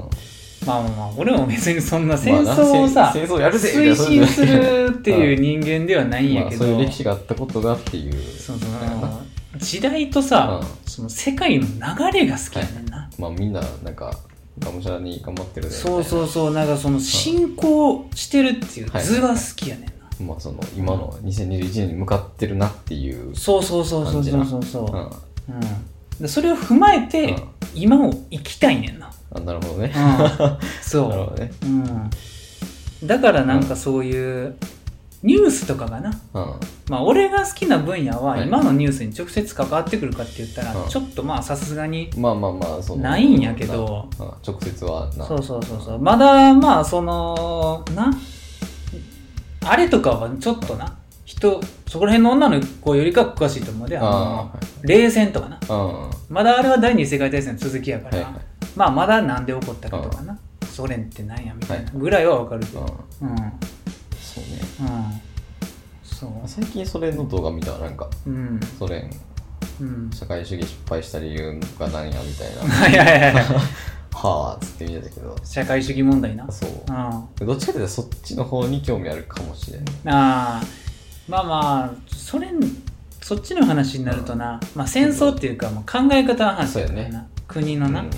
A: まあまあ俺も別にそんな戦争を
B: まあな
A: さ
B: 戦戦争やるぜ
A: 推進するっていうう人間ではないん
B: ん
A: や
B: や
A: け
B: け
A: ど
B: ど、まあそういう歴史があったことがっていう。
A: そうそう時代とさ、その世界の流れが好きやねんな、
B: まあみんな、なんか、がむしゃらに頑張ってるね。。
A: そうそううそうなんかその進行してるっていう
B: はい
A: 図が好きやねんな、
B: まあその、今の2021年に向かってるなっていう。
A: そうそうそうそうそうそう
B: うん。
A: そう
B: あ
A: うんでそれを踏まえて、
B: うん
A: 今を生きたいねんな、
B: なるほどね。
A: うん、
B: なる
A: そ
B: ほどね。
A: う、うん、だからなんかそういうニュースとかがな
B: うん。
A: まあ俺が好きな分野は
B: はい
A: 今のニュースに直接関わってくるかって言ったら、
B: うん
A: ちょっとまあさすがに
B: まあまあまあ、その。
A: ないんやけど
B: な。な直接はな。
A: そうそうそうそうまだまあそのなあれとかはちょっとな人そこら辺の女の子よりかは詳しいと思うであ
B: あ
A: の冷戦とかな
B: あ、はい。
A: まだあれは第二次世界大戦の続きやか
B: うん。はい
A: ら、
B: はい。
A: まあまだなんで起こったかとかなソ連ってなんやみたいな
B: は
A: ぐらいはわかるけ
B: う
A: ど、
B: ん。
A: うんうん
B: そうね。
A: そう
B: 最近それの動画見たら、なんか、
A: うん
B: ソ連、
A: うん。
B: 社会主義失敗した理由が何やみたいな
A: はいはいはいはい
B: はあ、つって見てたけど。
A: 社会主義問題な
B: そう。
A: うんあ
B: どっちかというと、そっちの方に興味あるかもしれない。
A: あまあまあソ連そっちの話になるとな、まあ戦争っていうかもう考え方の話だから
B: そう
A: な、国の
B: うん。
A: な、
B: なる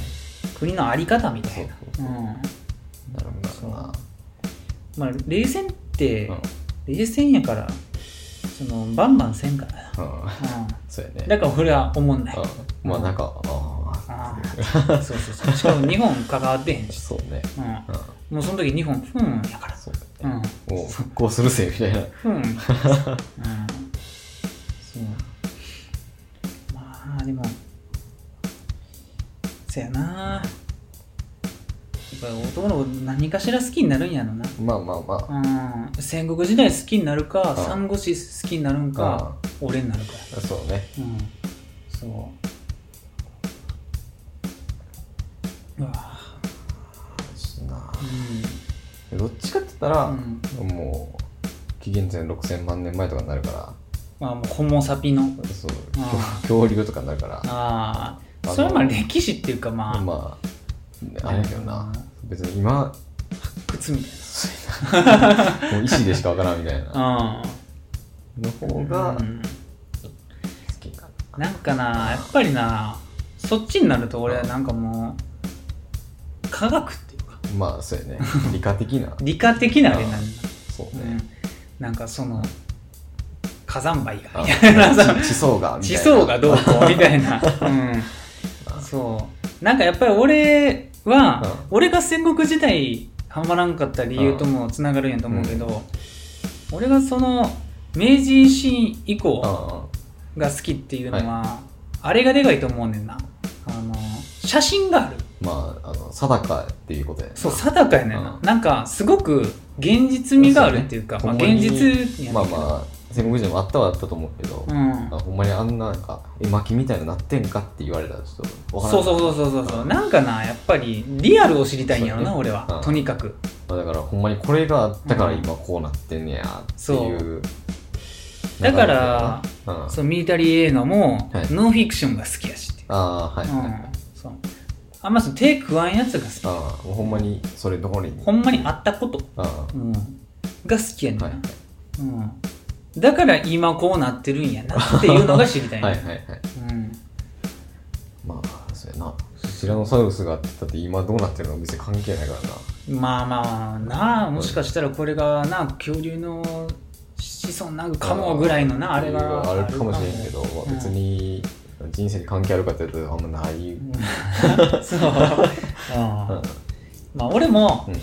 A: 国のあり方みたいな
B: そうそうそう
A: うん
B: ほどな。
A: まあ冷戦って、
B: うん
A: 冷戦やからそのバンバンせんからな、
B: うん。
A: う
B: そうや
A: ん、
B: ね。
A: だから俺は思んない、
B: うん。まあなんか、あ
A: ああそうそうそうしかも日本関わってへん
B: あ、
A: し、
B: そうね。
A: うん、
B: うん。
A: もうその時日本ふんやから
B: そう
A: う
B: やね。
A: ん
B: もう復興するぜ、みたいな。
A: うん。うん。そう。まあ、でも、そやな。やっぱり男の子何かしら好きになるんやろな。
B: まあまあまあ。
A: うん。戦国時代好きになるか、
B: ん
A: 三国志好きになるんか、俺になるか。
B: そうね。
A: うん。そううわ
B: しな
A: う
B: どっちかって言ったら、
A: ん、うん、
B: もう紀元前6000万年前とかになるか
A: まあもうホモ・サピの
B: らそう
A: あ
B: 恐竜とかになるから
A: あ
B: あ
A: あ
B: の
A: それはまあ歴史っていうかまあ、
B: まああれだけどな別に今
A: 靴みたい
B: そうやなもう意思でしかわからんみたいな
A: な
B: の方
A: うん
B: が好
A: うん
B: きかな
A: なんかなやっぱりなそっちになると俺はなんかもう科学っていうか
B: まあそうやね理科的な
A: 理科的なあれなんだ、
B: そう
A: う
B: ね
A: ん、なんかその火山灰が
B: あ
A: みたいなさ
B: 地層がみたい
A: 地
B: な
A: 層がどうこうみたい な、うん、そうなんかやっぱり俺は、俺が戦国時代ハマらんかった理由ともつながるんやと思うけど、俺がその明治維新以降
B: あ
A: が好きっていうのは、あれがでかいと思うねんなあの写真がある
B: あまああの定かっていうことやね
A: そう定かやねんな、
B: うん
A: なんかすごく現実味があるっていうか
B: そう
A: まあ、
B: ね
A: 現実やねんけど
B: まあまあ戦国時代もあったはあったと思うけど、
A: うん
B: あほんまにあんななんか絵巻みたいなのなってんかって言われたらちょっとわから
A: そ
B: ん
A: うそうそうそうそうそうなんかなやっぱりリアルを知りたいんやろな、
B: そう
A: 俺
B: ね
A: は、
B: うん
A: とにかく
B: まあだからほんまにこれがあったから
A: うん
B: 今こうなってんねやっていう、
A: だから
B: うん、あ
A: そのミリタリー映画も、
B: はい
A: ノンフィクションが好きやしっていう、
B: あーはいはい、
A: うんそうあんまその手食わんやつが好
B: ああもうほんまにそれどこに
A: きほんまにあったこと、
B: あ
A: うん、が好きやねん
B: あ
A: な、
B: はい
A: うん、だから今こうなってるんやなっていうのが知りたい、
B: はいはいはいはい
A: うん、
B: まあそうやなティラノサウルスがあってたって今どうなってるの別に関係ないからな
A: まあまあなあもしかしたらこれがな恐竜の子孫なるかもぐらいのなあれが
B: あるかもしれんけど、まあ
A: うん
B: 別に人生に関係あるかって言うとあんまない、うん
A: そう、うんまあ俺も、
B: うん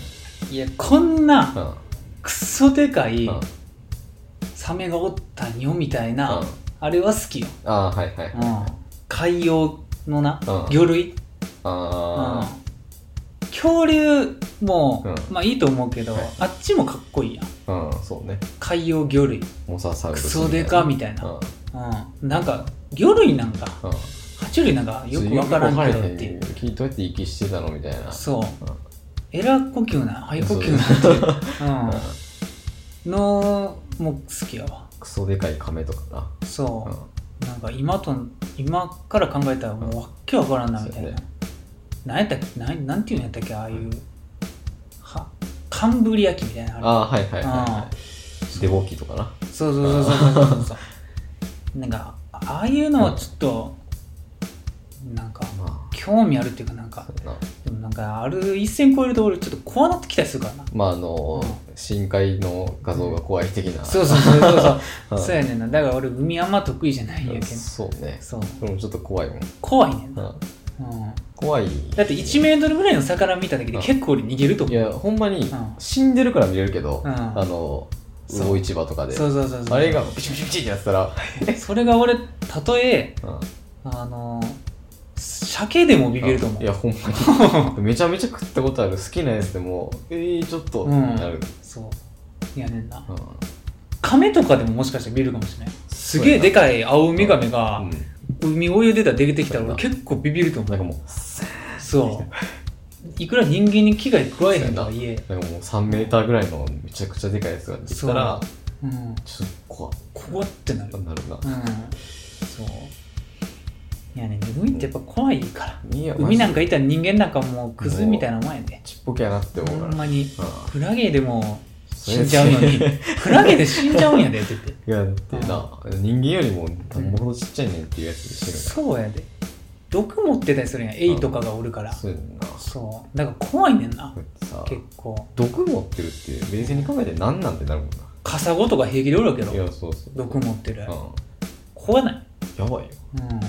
A: いやこんな
B: うん
A: クソでかい
B: うん
A: サメがおったんよみたいな、
B: うん
A: あれは好きよ、
B: ああーはいはい、
A: う
B: あ
A: ん、海洋のな、
B: うん
A: 魚類、うん
B: あ、
A: 恐竜も、
B: うん
A: まあいいと思うけど、
B: はい
A: あっちもかっこいいやん
B: うん、そうね
A: 海洋魚類
B: モササウル
A: ク
B: ス
A: ソでかみたいな、うん、なんか魚類なんか
B: うんうん
A: 爬虫類なんかよくわからんけどっていう
B: よくわからへんどうやって息してたのみたいな
A: そう、
B: うん
A: えら呼吸な肺呼吸なっていう、うん
B: うん
A: のも好きやわ
B: クソでかい亀とかな、
A: そうう、なんか今と今から考えたらもうわっけわからんなみたいな、
B: そうやね
A: なんやったっけなんなんていうんやったっけああいうはカンブリア紀みたいなの
B: ん、
A: あ
B: ああーはいはいはい、はい、デボキとかな
A: るそうそうそうそうそうそう なんかああいうのはちょっと、なんか
B: ま
A: 興味あるっていうかなんか
B: あそうやな
A: でもなんかある一線超えると俺ちょっと怖なってきたりするからな
B: まああの、深海の画像が怖い的な、
A: そうそうそうそう そう
B: うん
A: そうやねんなだから俺海あんま得意じゃないんやけど
B: そうね
A: そう
B: それもちょっと怖いもん、
A: 怖いねん
B: う
A: な、
B: ん
A: うん、
B: 怖い
A: だって1メートルぐらいの魚見ただけで結構俺逃げると
B: い
A: 思う
B: やほんまに
A: ん
B: 死んでるから見れるけど、
A: うん
B: あの
A: そう
B: 魚市場とかで
A: そうそうそうそう
B: あれがビチビチビチってやってたら、
A: それが俺たとえ
B: うん
A: あの鮭でもビビると思う
B: いやほんま にめちゃめちゃ食ったことある好きなやつでもえー、ちょっと
A: うん
B: なる、
A: そういやねんな
B: うん
A: 亀とかでももしかしたらビビるかもしれないすげえでかい青ウミガメが
B: うん
A: 海泳いでたら出てきたら俺
B: そうや
A: 結構ビビると思
B: な
A: うん
B: かもう
A: そういくら人間に危害加えへんとはいえ
B: なんかもう3メーターぐらいのめちゃくちゃでかいやつが出てきたら
A: うん
B: ちょっと怖っ
A: 怖ってなる
B: なるな
A: うんそういやね海ってやっぱ怖いから、
B: いや
A: 海なん
B: か
A: かいたら人間なんかもうクズみたいなもんやで
B: ちっぽけやなって思う
A: ほ
B: から
A: んまに
B: うん
A: クラゲでも
B: そう
A: 死
B: や
A: ん
B: ね
A: じゃうの にクラゲで死んじゃうんやでって言って
B: いやだってな人間よりもなんぼほどちっちゃいねんっていうやつでしてる
A: そうやで毒持ってたりするんやエイとかがおるか
B: かららそうやねんなだ
A: そうだから怖いねんな
B: ってさ
A: 結構
B: 毒持ってるって冷静に考えて何なんてなるもん
A: カサゴとか平気でおるわけや
B: な
A: ろ
B: いやそうそう
A: 毒持ってる
B: うん
A: 怖ない
B: やばいよ
A: うん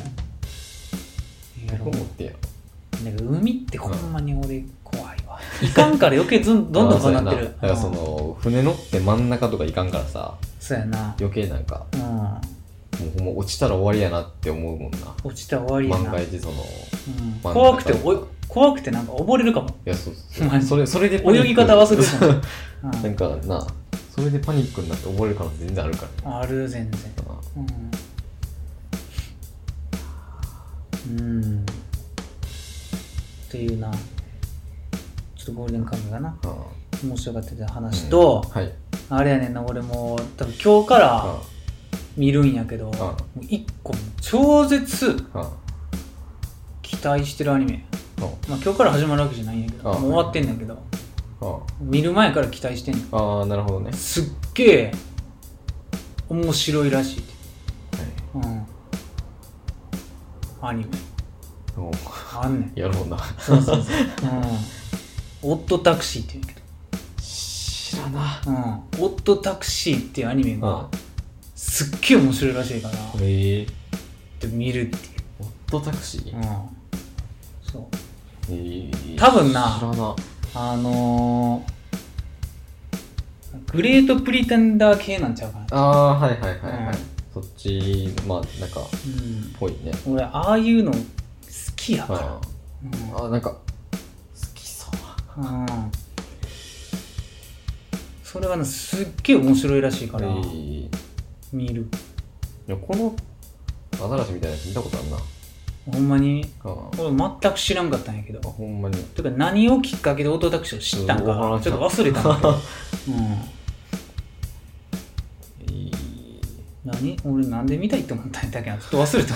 A: やろ
B: 毒持ってや
A: なんか海ってほんまに俺怖いわ、いかんから余計ずんどんどんこうなってる
B: あそうやだからその船乗って真ん中とか行かんからさ
A: そうやな
B: 余計なんか
A: う
B: もうほんま落ちたら終わりやなって思うもんなん
A: 落ちたら終わりや
B: 万
A: な、
B: が一その
A: うん
B: 漫画
A: 怖くてお
B: とか
A: 怖くてなんか溺れるかも
B: いやそう
A: お前
B: それそれで
A: 泳ぎ方忘れ てた
B: そう
A: うん
B: なんかなそれでパニックになって溺れる可能性全然あるからね
A: ある全然、
B: うん
A: うん、うんっていうなちょっとゴールデンカムイがな
B: うん
A: 面白かったって話と、
B: はい
A: あれやねんな俺もう多分今日から見るんやけど、もう一個もう超絶
B: うんうん
A: 期待してるアニメ、まあ、今日から始まるわけじゃないんやけど
B: あ
A: もう終わってんねんけど
B: うん
A: 見る前から期待してんねん
B: ああなるほどね
A: すっげえ面白いらしいってう
B: はい
A: んアニメ
B: おう
A: あんねん
B: やろうな
A: そうそうそう、うん、オットタクシーって言うんやけど
B: 知らな
A: うん、オットタクシーっていうアニメが
B: あ
A: すっげえ面白いらしいから、
B: これ
A: で見るってい
B: オットタクシ
A: う、う
B: ー
A: ん、そう
B: えー
A: 多分な
B: 知らな
A: あのー、グレートプリテンダー系なんちゃうかな
B: ああはいはいはいはい
A: うん
B: そっちまあなんかぽいね
A: うん俺ああいうの好きやから
B: あ
A: うん
B: あーなんか好きそう
A: うんそれがねすっげえ面白いらしいから、
B: い
A: 見る
B: やこのアザラシみたいなやつ見たことあるな
A: ほんまに
B: あ
A: 俺全く知らんかったんやけど
B: あほんまに
A: てか何をきっかけでオートタクシーを知ったん
B: うん
A: か
B: わ
A: ち
B: か
A: ょっ
B: らん
A: と忘れたん だけど、うん、
B: いい
A: 何俺なんで見たいと思ったんだっけなちょっと忘れた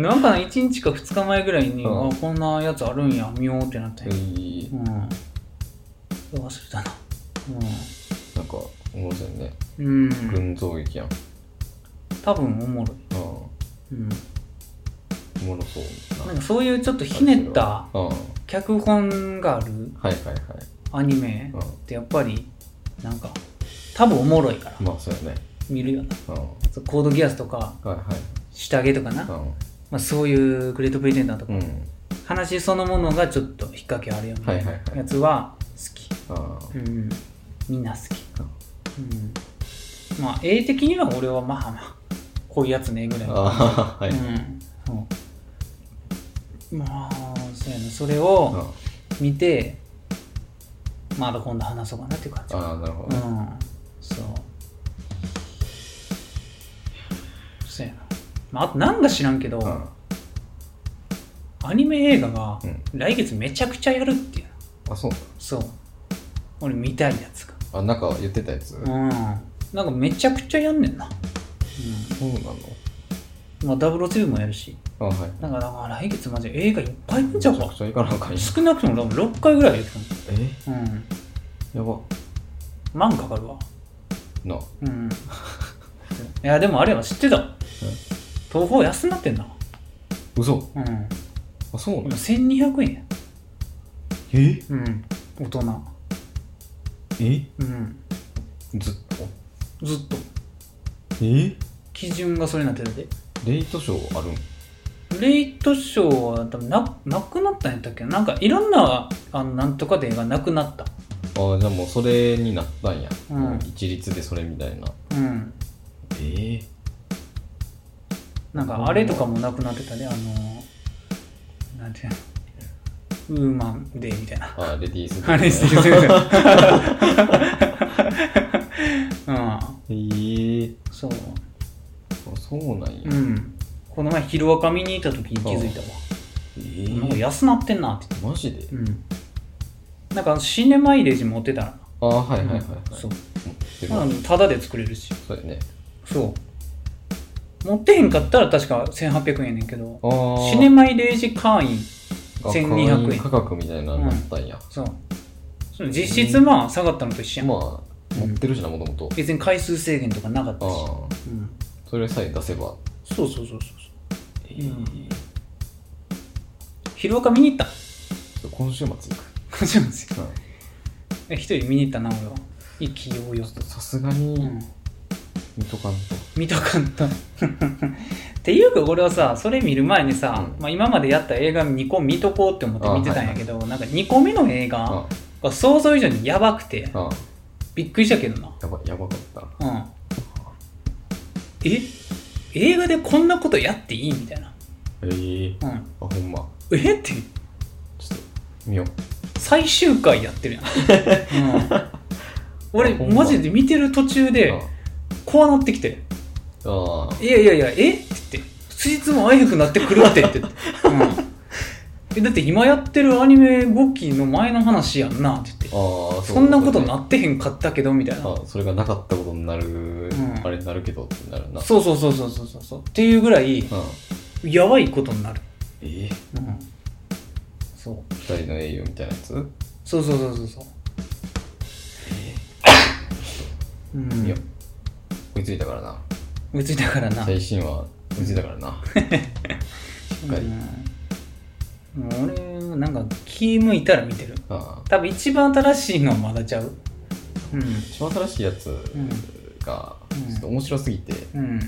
A: わ なんか1日か2日前ぐらいに、
B: うん
A: あこんなやつあるんや見ようってなったんや、
B: いい
A: うん、忘れたな
B: なんか面白いね
A: うん、うん、
B: 群像劇やん
A: 多分おもろい、
B: うん
A: うん、
B: おもろそう
A: な
B: なん
A: かそういうちょっとひねった
B: うんはい
A: 脚本がある
B: はいはい
A: アニメ
B: う
A: ってやっぱりなんか多分おもろいから
B: んまあそうやね
A: 見るよな
B: うんは
A: そうコードギアスとか
B: いはい
A: 下着とかな、まあ、そういうグレートプリテンダーとか
B: うんうん
A: 話そのものがちょっと引っ掛けあるよみたいな
B: はいはいはい
A: やつは好き、
B: あ
A: うん、みんな好き、
B: あ
A: うん、まあ絵的には俺はまあまあこういうやつねぐらいの
B: あーはい
A: うんそうまあそうやなそれを
B: あ
A: 見てまだ今度話そうかなっていう感じ
B: あーなるほ
A: う
B: ど
A: んそうそうやな、まあ、あとなんか知らんけど、
B: うん
A: アニメ映画が
B: うん
A: 来月めちゃくちゃやるっていう、
B: あそう
A: そう俺見たいやつが
B: あなんか言ってたやつ
A: うんなんかめちゃくちゃやんねんな
B: そうなの
A: うんまあ007もやるし
B: あはい
A: なんかだから来月マジ映画いっぱい見ちゃう
B: めち
A: わ
B: くちゃいかなあかんやん
A: 少なくとも6回ぐらいやると
B: え
A: 思ううん
B: やば
A: 万かかるわ
B: な
A: うん いやでもあれは知ってた東宝安になってんな
B: 嘘
A: うん
B: あそうなの
A: 今1200円や
B: え
A: うん大人
B: え
A: うん
B: ずっと
A: ずっと
B: え
A: 基準がそれになってたで
B: レイトショーあるん
A: レイトショーは多分ななくなったんやったっけななんかいろんなあのなんとかデーがなくなった
B: ああじゃあもうそれになったんや、
A: うん
B: 一律でそれみたいな
A: うん
B: ええ
A: なんかあれとかもなくなってたねあのなんていうのウーマンデーみたい な
B: あレディース
A: あれして
B: え
A: るしてる うん
B: えー、
A: そう
B: あそうなんや、
A: う
B: え
A: んこの前ヒロアカ見に行った時に気づいたわ
B: え
A: なんか
B: ー、
A: 安なってんなって
B: マジで
A: うんなんかシネマイレージ持ってたら
B: ああはいはいはい、はい
A: そう
B: 持ってる
A: まあタダで作れるし
B: そうやね
A: そう持ってへんかったら確か1800円ねんけど
B: ああ
A: シネマイレージ会員1200円
B: 価格みたいなのあったんや、
A: そうその実質まあ下がったのと一緒やん、
B: まあ持ってるしなもともと
A: 別に回数制限とかなかったし、
B: ああ
A: うん、
B: それさえ出せば
A: そうそうそうそう
B: ええ
A: うん広岡見に行った
B: ちょっと今週末行く、
A: 感じなんですよ
B: うん
A: え一人見に行ったな俺は意気揚々
B: ちょ
A: と、
B: っとさすが
A: う
B: に
A: ん、
B: 見とかんと、
A: 見たかった っていうか俺はさそれ見る前にさ、
B: うん
A: まあ、今までやった映画2個見とこうって思って見てたんやけど、なんか2個目の映画
B: あ
A: が想像以上にやばくて
B: あ
A: びっくりしたけどな
B: やばやばかった
A: うん、え映画でこんなことやっていいみたいな、
B: ええ
A: うん、
B: あほんま
A: えって
B: ちょっと見よう
A: 最終回やってるやん、 うん、俺
B: あほんま
A: マジで見てる途中で
B: あ
A: 怖なってきて
B: あ
A: 「いやいやいやえっ?」て言って普ついつも会えへんくなってくるってって、 うん、えだって今やってるアニメ5期の前の話やんなって言って
B: ああ
A: そんなことな
B: っ
A: ってへんかったけどみたいな
B: あそれがなかったことになる、
A: ん
B: あれになるけどってなるな
A: そうそうそうそうそうそうっていうぐらい
B: うん
A: やばいことになる、
B: え
A: うん、そう
B: 二人の栄誉みたいなやつ、
A: そうそうそうそうそううん
B: いや追いついたからな
A: 追いついたからな
B: 最新話追いついたからなしっかり、
A: うん、もう俺はなんか気向いたら見てる
B: ああ
A: 多分一番新しいのはまだちゃうう
B: 一番新しいやつ
A: ん
B: が
A: うん
B: ちょっと面白すぎて
A: んうん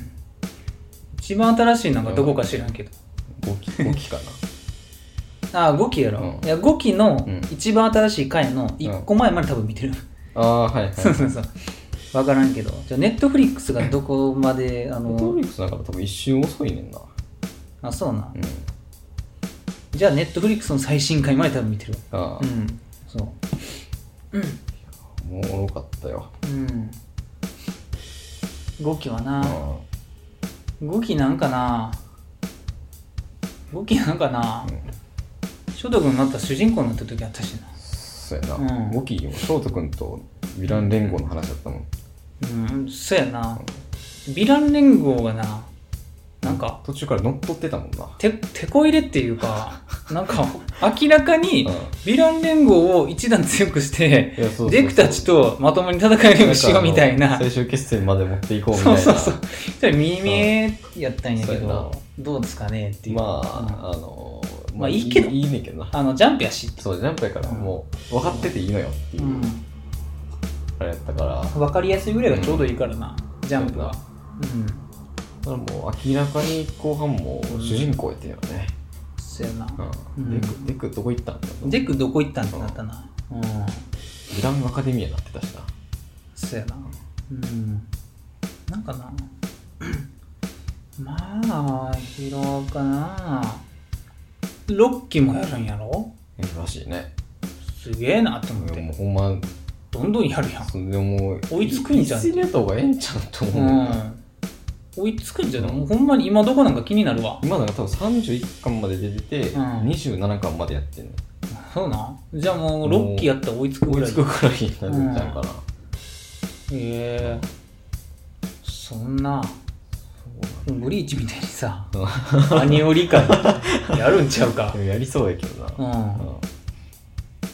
A: 一番新しいのがどこか知らんけど、
B: 5期 5期かな
A: ああ5期やろ、
B: うん
A: いや5期の
B: うん
A: 一番新しい回の1個前まで多分見てる、
B: ああはいはい
A: そう
B: ネ
A: そうそう分からんけどじゃネットフリックスがどこまであ
B: ットフ
A: の
B: リックスだから多分一瞬遅いねんな
A: あそうな
B: うん
A: じゃあネットフリックスの最新回まで多分見てるわ
B: ああ
A: う、んそう
B: もうおもろかったよ、
A: うん5期は
B: う、
A: なん5期なんかな5期なんかな
B: うん
A: 翔太君になったら主人公になった時あったしな
B: そうやな、
A: うん
B: 5期も翔太君とヴィラン連合の話だったもん
A: うんそうやなヴィラン連合がななんか
B: 途中から乗っ取ってたもん な
A: ててこ入れっていう かなんか明らかに
B: うん
A: ヴィラン連合を一段強くして
B: いやそうそうそう
A: デクたちとまともに戦えるようにしようみたいな
B: 最終決戦まで持っていこうみたい
A: そう
B: な
A: そうそうそれ見え見えやったんやけ
B: そうやな
A: どどうですかねっていう
B: まあ、あの
A: まあいいけど
B: いいねんけどな
A: あのジャンプやしって
B: そうジャンプやから
A: うん
B: もう分かってていいのよっていうう、
A: ん、
B: あれやったからだか
A: 分かりやすいぐらいがちょうどいいからな、ジャンプはうん
B: らもう明らかに後半も主人公やってんよね、
A: そうやなう
B: う
A: ん
B: んデクデクどこ行ったんだろう
A: デクどこ行ったんってなったなうん
B: グランアカデミアになってたしな
A: そうやなうんなんかな まあ広かな6期もやるんやろ
B: やるらしいね
A: すげえなと思っ
B: いやもう
A: て
B: ほんま
A: どんどんやるやん
B: それでもう
A: 追いつくんじゃん
B: 一斉にやった方がええんちゃうと
A: う
B: 思う、
A: ん追いつくんじゃないもうほんまに今どこなんか気になるわ
B: 今なんか多分31巻まで出てて、
A: うん
B: 27巻までやってんの
A: そうなんじゃあもう6期やったら追いつくぐ
B: 追い
A: らい
B: つくくらいになるんちゃうかな、
A: へえそんなブリーチみたいに さ
B: うん
A: アニオリ会やるんちゃうか
B: でもやり そうやけどな、
A: う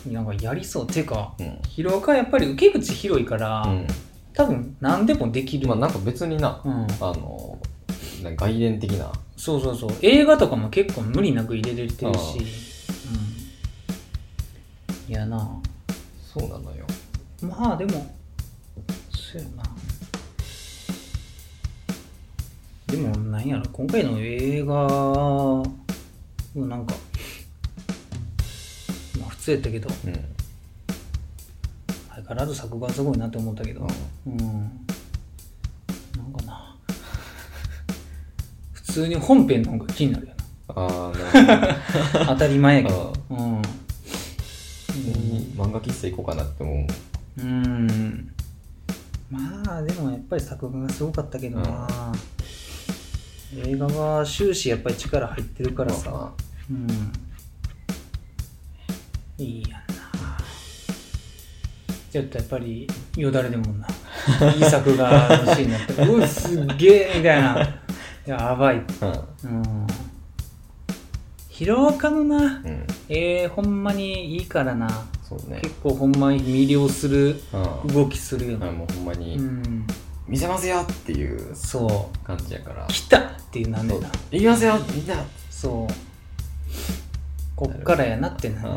A: うんなんかやりそうていうか
B: うんうん
A: 広岡やっぱり受け口広いから、
B: うん
A: 多分何でもできる、
B: まあなんか別にな
A: うん、
B: あのなんか外伝的な
A: そうそうそう映画とかも結構無理なく入れれてるし、うん、いやな
B: そうなのよ
A: まあでもそうやなでもなんやろ今回の映画もなんかまあ普通やったけど
B: うん、
A: 相変わらず作画すごいなって思ったけどうんなんかな普通に本編の方が気になるよ
B: ああなる
A: な当たり前やけ
B: ほ
A: ど
B: ど
A: うん
B: うん漫画喫茶行こうかなって思
A: う
B: う
A: んまあでもやっぱり作画がすごかったけどな、映画は終始やっぱり力入ってるからさ、
B: ま
A: うんいいやんなちょっとやっぱりよだれでも んないい作画のシーンになってうわすっげえみたいなやばい
B: あな
A: うん広岡のな
B: うん、うん、
A: えー、ほんまにいいからな
B: そうね
A: 結構ほんまに魅了する
B: う
A: 動きするよ
B: ん、
A: ね、
B: あもうほんまに、
A: うん、
B: 見せますよっていう
A: そ
B: 感じやから
A: う来たっていうなん
B: そ
A: で
B: う
A: な
B: 行きますよみんな
A: そうこっからやなってな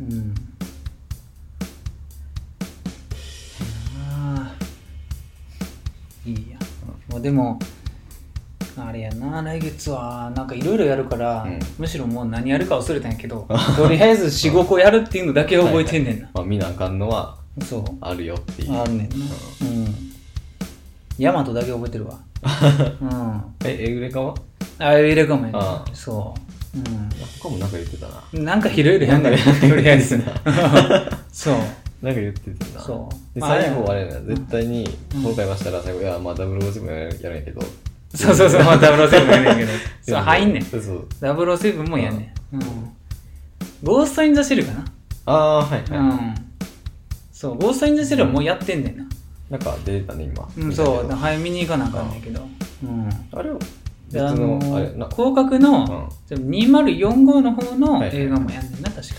B: うん
A: うんあーいいや、もうでもあれやな来月はなんかいろいろやるから、
B: うん
A: むしろもう何やるか忘れたんやけ どとりあえず45個やるっていうのだけは覚えてんねんな、
B: まあ見なあかんのは
A: そう
B: あるよっていう
A: あるねんなうんヤマトだけ覚えて るわうん
B: えエウレカは
A: あ入れるかもやね
B: ああ
A: そう、
B: 他もなんか言ってたな
A: うん、なんかいろいろやんだよ
B: なんか
A: とりあえず そう
B: なんか言っててな
A: そう
B: で
A: まあ
B: 最後あれ
A: う
B: や
A: ん
B: な絶対に
A: うん
B: 今回ましたら最後いやまあダブルゴチもやるやるんやけど
A: そうそうそう、まあ、007もやねんけど。 そう、入んねん。
B: そうそう
A: 007もやねん。うん。ゴースト・イン・ザ・シェルか
B: ああーはい
A: な。
B: はい、
A: うん。そう、ゴースト・イン・ザ・シェルはもうやってんねんな。
B: なんか出てたね今、
A: うん、
B: 見たけ
A: そ
B: ど
A: う、早めに行かなあかんねんけど。うん。
B: あれを別
A: であ
B: の
A: の
B: あれな
A: 広角
B: うん
A: の2045の方の
B: はいはい
A: 映画もやんねんな、確か。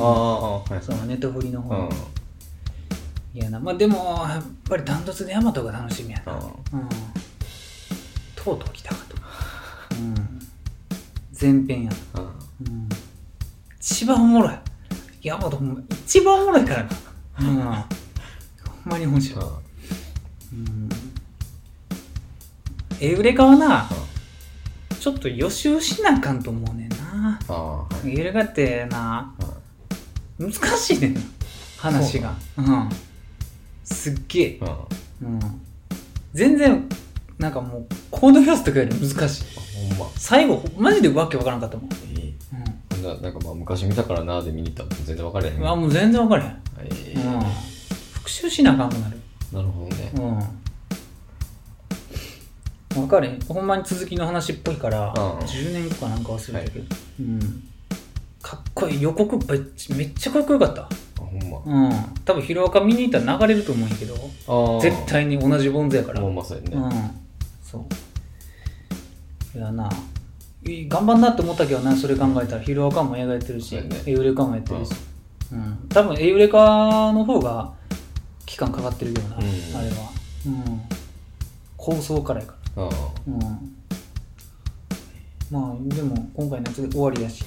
B: ああはい
A: そのネットフリの方、
B: うん
A: いやなまあでもやっぱりダントツでヤマトが楽しみやな、
B: う
A: うん、とうとう来たかと、うん、前編やな、
B: んうん
A: うん、一番おもろいヤマトほんま一番おもろいからな、うん、ほんまに面白い、うん、エウレカはなちょっと予習しなあかんと思うねんな
B: ああはい
A: エウレカってな難しいねんな話がうんすっげえ、
B: うんあ
A: うん、全然なんかもうコードフェスとかより難しい
B: ほんま
A: 最後マジでわけわからんかったもん、
B: え
A: う
B: ーななんかまあ昔見たからなーで見に行ったら全然分かれへん
A: ん、あもう全然わからへん、
B: え
A: うん
B: ー、
A: 復習しなあかんくなる
B: なるほどね
A: うんわかるほんまに続きの話っぽいから、
B: うん
A: 10年後かなんか忘れたけど、うん、かっこいい予告めっちゃめっちゃかっこよかった
B: あほんま
A: うん多分ヒロアカ見に行ったら流れると思うんやけど
B: ああ
A: 絶対に同じボンズやから
B: まあ
A: う
B: まあそうやね、
A: んそういやないい頑張んなって思ったけどなそれ考えたらヒルアカも映画やってるし、
B: そうやね
A: エウレカもやってるし、うん、多分エウレカの方が期間かかってるけどな、
B: うん
A: あれは、うん、構想からやか
B: うんうん
A: ら、うん、まあでも今回のやつで終わりやし、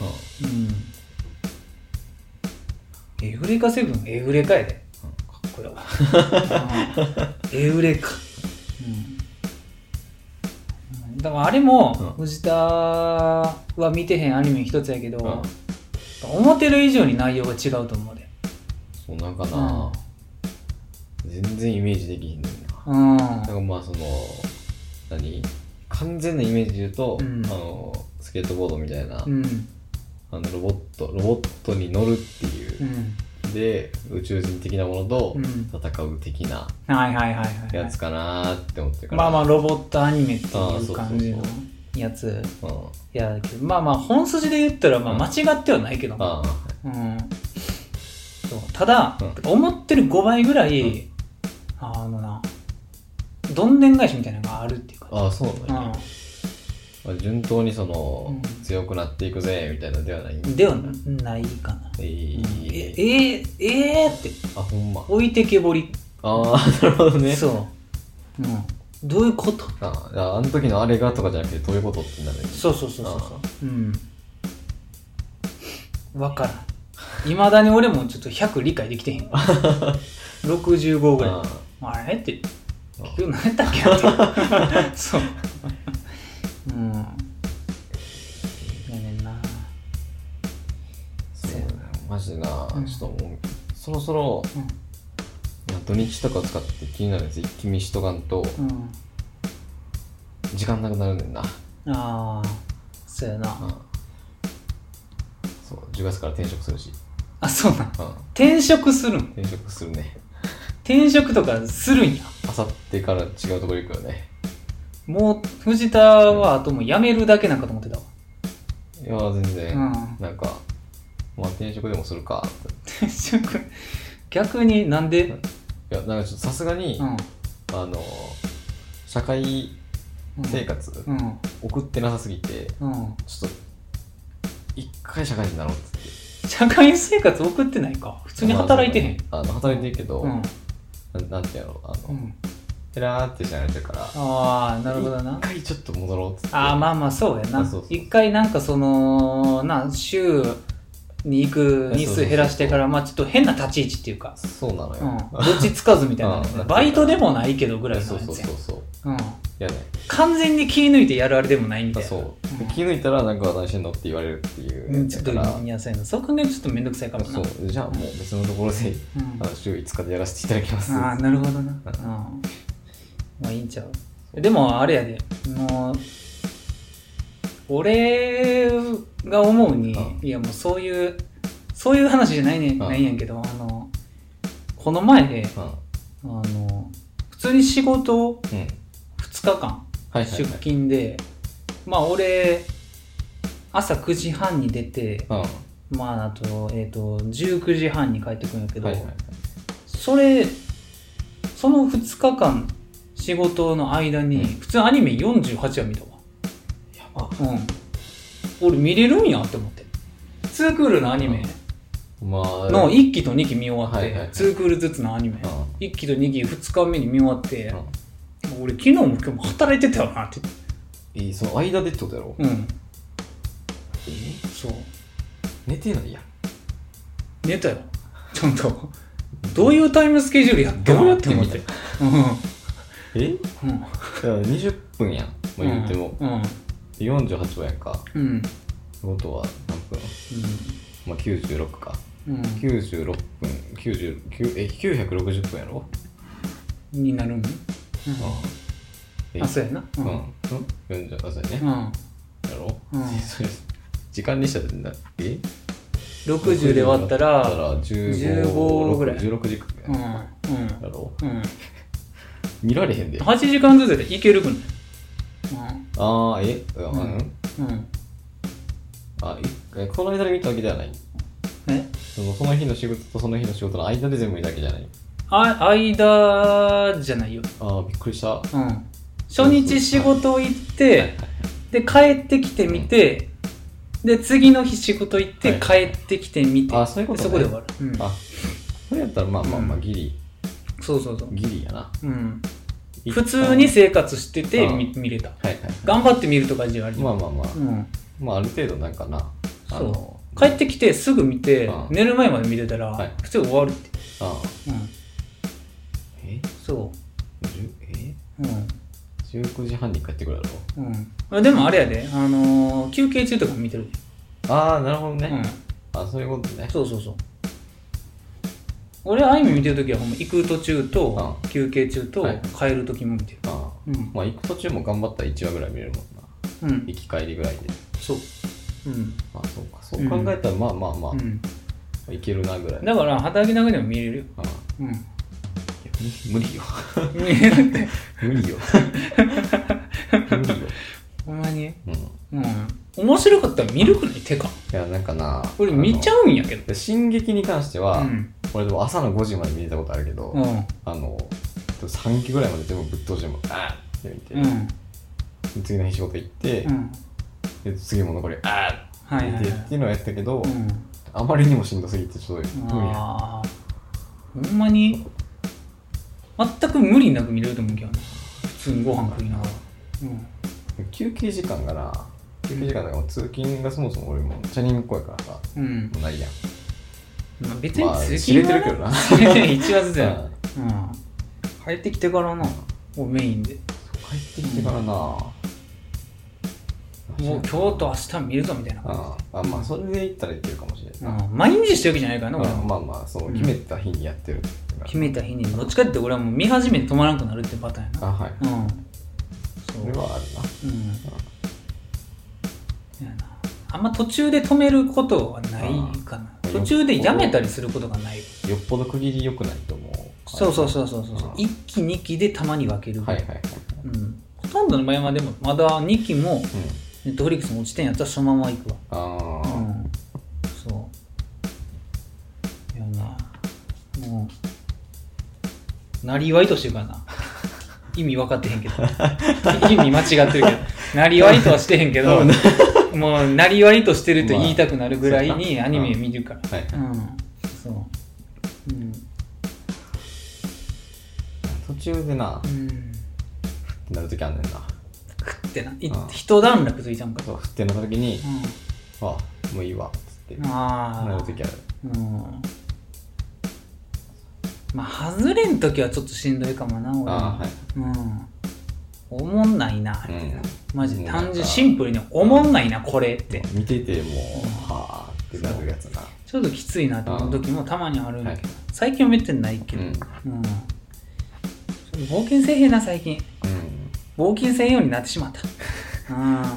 A: うん、エウレカセブンエウレカやでかっこようんエウレカ、うん、だからあれも
B: うん
A: 藤田は見てへんアニメ一つやけど、
B: うん
A: 思ってる以上に内容が違うと思うで
B: そうなんかな、全然イメージできひんねんな
A: うん
B: なんかまあその何完全なイメージで言うと、
A: うん
B: あのスケートボードみたいな、
A: うん
B: あのロボットロボットに乗るっていう
A: う、ん
B: で宇宙人的なものと
A: うん
B: 戦う的な
A: はいはいはいはい、
B: やつかなーって思ってるから、
A: まあまあロボットアニメって
B: あー
A: い
B: そうそううそう
A: 感じのやつ
B: うん、
A: やけどまあまあ本筋で言ったらまあ間違ってはないけど、
B: あ
A: うん、そうただ、
B: う
A: 思ってる5倍ぐらい、あのなどんでん返しみたいなのがあるっていうか、
B: あああそうなんや、まあ、順当にその、
A: うん
B: 強くなっていくぜみたいなのではないん
A: うん、ではないかな、
B: えー
A: ええー、えーって
B: あほんま
A: 置いてけぼり、
B: ああなるほどね
A: そう、うん、どういうこと
B: ああじゃああの時のあれがとかじゃなくてどういうことってなる
A: そうそうそうそうそううんわからんいまだに俺もちょっと100理解できてへん 65ぐらい
B: あ
A: あれって
B: あ
A: 結局何やったっけなってそううんやねんな
B: そうだよマジでな、
A: うん
B: ちょっともうそろそろ、まあ土日とかを使って気になるやつ一気見しとかんと
A: うん、うん、
B: 時間なくなるねんな、
A: ああそうやな
B: そう10月から転職するし、
A: あそうなん
B: うん、
A: 転職するん
B: 転職するね
A: 転職とかするんや
B: あさってから違うところ行くよね
A: もう藤田はあともう辞めるだけなんかと思ってたわ
B: いや全然、
A: うん
B: なんかまあ転職でもするか
A: 転職逆になんで
B: いやなんかちょっとさすがに、
A: うん
B: あの社会生活、
A: うんうん
B: 送ってなさすぎて
A: うん
B: ちょっと一回社会人になろうっつって
A: 社会生活送ってないか普通に働いてへん、
B: まあそうだねあの働いてるけど、
A: うん
B: ななんていうのあの、
A: うん
B: ペラーってじゃれてるから
A: ああなるほどな
B: 一回ちょっと戻ろうっつって
A: ああまあまあそうやな
B: あそうそう
A: 一回なんかそのな週に行く日数減らしてからまあちょっと変な立ち位置っていうか、
B: そうなの
A: う
B: よ
A: ん、、どっちつかずみたい
B: あ
A: な
B: あなるほど
A: バイトでもないけどぐらいの
B: そう
A: や
B: そう
A: つ
B: そ
A: や
B: うそう
A: うん
B: いやね
A: 完全に気抜いてやるあれでもないみたいな
B: そう、で
A: うん
B: 気づいたらなんか何してんのって言われるっていううん
A: ちょっと
B: だから
A: いやそうやなそう考えるとちょっと面倒くさいかもな
B: そうじゃあもう別のところで、
A: うん
B: あの週5日でやらせていただきます
A: ああなるほどな、うん、まあいいんちゃうでもあれやでもう俺が思うに、
B: う
A: いやもうそういうそういう話じゃないね、
B: ん
A: ないんやけどあのこの前で
B: うん
A: あの普通に仕事を
B: うん
A: 2日間
B: はいはいはい
A: 出勤で、まあ俺朝9時半に出て
B: うんは
A: まああと,、えー、と19時半に帰ってくるんやけ
B: い
A: ど、
B: はいはい
A: それその2日間仕事の間に、
B: うん
A: 普通アニメ48話見たわ
B: やば
A: うん俺見れるんやって思ってツークールのアニメ
B: まあ
A: の1期と2期見終わっ
B: は
A: て、
B: いはいはい
A: ツークールずつのアニメ、
B: うん
A: 一1期と2期2日目に見終わって、
B: うん
A: 俺昨日も今日も働いてたよなって
B: えその間でってことやろ
A: うん
B: え
A: そう
B: 寝てないやん
A: 寝たよちゃんとどういうタイムスケジュールやった
B: どう
A: の
B: や
A: っ
B: って
A: て思
B: 見
A: ったて
B: え
A: うんうん
B: だから20分やん、まあ、言うても、
A: うん
B: で48分やんか
A: うんうん
B: ってことは何分まあ96か
A: うん
B: 96分99え960分やろ
A: うんになるん、うん、
B: うん
A: あそうやなう
B: うんん、うん、40あそうやね、
A: うん
B: やろ、
A: うん
B: それ時間にしたらなえ
A: 60で割った
B: だからら
A: 15
B: 15
A: ぐらい
B: 16時間
A: うん
B: や
A: う
B: ろ
A: んうん
B: 見られへんであ
A: 8時間ずつでいけるくない
B: あーえうん、
A: うんうんうん
B: あいえこの間で見たわけではない
A: え
B: そのその日の仕事とその日の仕事の間で全部見たわけじゃない
A: あ間じゃないよ
B: あーびっくりした
A: うん初日仕事行ってで帰ってきてみてで次の日仕事行って帰ってきてみて
B: あそういうことね
A: そこで終わるうん
B: あそれやったらまあまあまあ
A: うん
B: ギリ、
A: そうそうそう
B: ギリやな
A: うん普通に
B: はい
A: 生活してて
B: うん
A: み見れた
B: はい
A: 頑張って見るとかじゃあり
B: まあまあまあ、
A: うん
B: まあある程度なんかなあの
A: そう帰ってきてすぐ見て
B: うん
A: 寝る前まで見てた
B: はい
A: ら普通終わるって
B: あ
A: うん
B: え
A: そ
B: じゅえ
A: ううん
B: 19時半に帰ってくるやろ
A: うんあでもあれやで、あのー休憩中とかも見てるで、
B: ああなるほどね、
A: う
B: あそういうことね
A: ん、そうそうそう俺アイム見てる時はほんま行く途中と
B: う
A: 休憩中と
B: はい
A: 帰る時も見てる
B: あ
A: う
B: あ
A: ん、
B: まあ行く途中も頑張ったら1話ぐらい見れるもんな
A: うん、
B: 行き帰りぐらいで
A: そう、うん
B: まあそうかそう考えたらまあまあまあ、
A: うん、
B: いけるなぐらい、
A: だから働きながらでも見れるよ、
B: ああ
A: うん、
B: いや無理よ
A: 見れるって
B: 無 理よ無理よ
A: ほんまにう
B: うんい
A: ん面白かったら見るくないてか
B: やなんかな
A: 俺見ち
B: う
A: ゃうんやけど
B: 進撃に関しては、
A: うん
B: 俺でも朝の5時まで見れたことあるけど、
A: うん
B: あの3期ぐらいまで全部ぶっ通してもあーって見て、
A: うん
B: 次の日仕事行って、
A: うん
B: で次も残りあ
A: は
B: ー
A: い
B: っ
A: は
B: て
A: い
B: 見て
A: は
B: って
A: い
B: いうのをやったけど、
A: うん
B: あまりにもしんどすぎてちょっと無理や
A: ああほんまに全く無理なく見れると思うけどな普通にご飯食いながらうん
B: 休憩時間がな休憩時間だからもう通勤がそもそも俺もチャリンコやからさも
A: うん
B: うないやん
A: まあ別
B: まあ
A: に
B: 知れてるけ ど
A: ど
B: な
A: 1話ずつや
B: う
A: なんうん帰ってきてからなもうメインで
B: 帰ってきてからな、
A: もう今日と明日見るぞみたいな
B: うんあまあそれで行ったらいけるかもしれないな、
A: うん毎日してるわけじゃないからな俺は
B: うんまあまあそう決めた日にやってるから
A: 決めた日にどっちかって俺はもう見始めて止まらなくなるってパターンやな
B: あはい
A: うん
B: それ
A: そう
B: はあるな
A: うんやなあんま途中で止めることはないかな
B: うん
A: 途中でやめたりすることがない
B: よっぽど区切り良くないと思う
A: そうそうそうそうそう
B: うん
A: 1期2期でたまに分けるぐ
B: は
A: ら
B: い
A: い、
B: はいはい、
A: うん、ほとんどの場合はでもまだ2期も
B: うん、
A: ネットフリックスの落ちてんやったらそのまま行くわ
B: ああ、
A: うんそういやなもうなりわいとしてるからな意味分かってへんけど意味間違ってるけどなりわいとはしてへんけど
B: うん
A: もうなりわいとしてると言いたくなるぐらいに
B: まあ
A: アニメ見るから
B: はいはい
A: うんそううん
B: 途中でな
A: う、ん
B: なるときあんねんな。
A: 食ってない
B: うん
A: 一段落ついちゃうんか
B: そう、振ってなったときに、
A: う
B: あ、もういいわ、つって
A: ん、あ
B: な
A: あ
B: るときある。
A: うんまあ外れん時はちょっとしんどいかもな俺は
B: ああ、はい。
A: うんおもんないなあれってな、
B: うん
A: マジ
B: もうなんか
A: 単純シンプルにおもんないなこれって
B: 見ててもう
A: うん、
B: はあってなるやつな。
A: ちょっときついなって思う時もたまにあるんだけど、
B: は
A: 最近はめってないけ
B: うん。
A: ど、
B: うん。
A: うんちょっと冒険せえへんな最近冒険せんようになってし まったうん
B: ま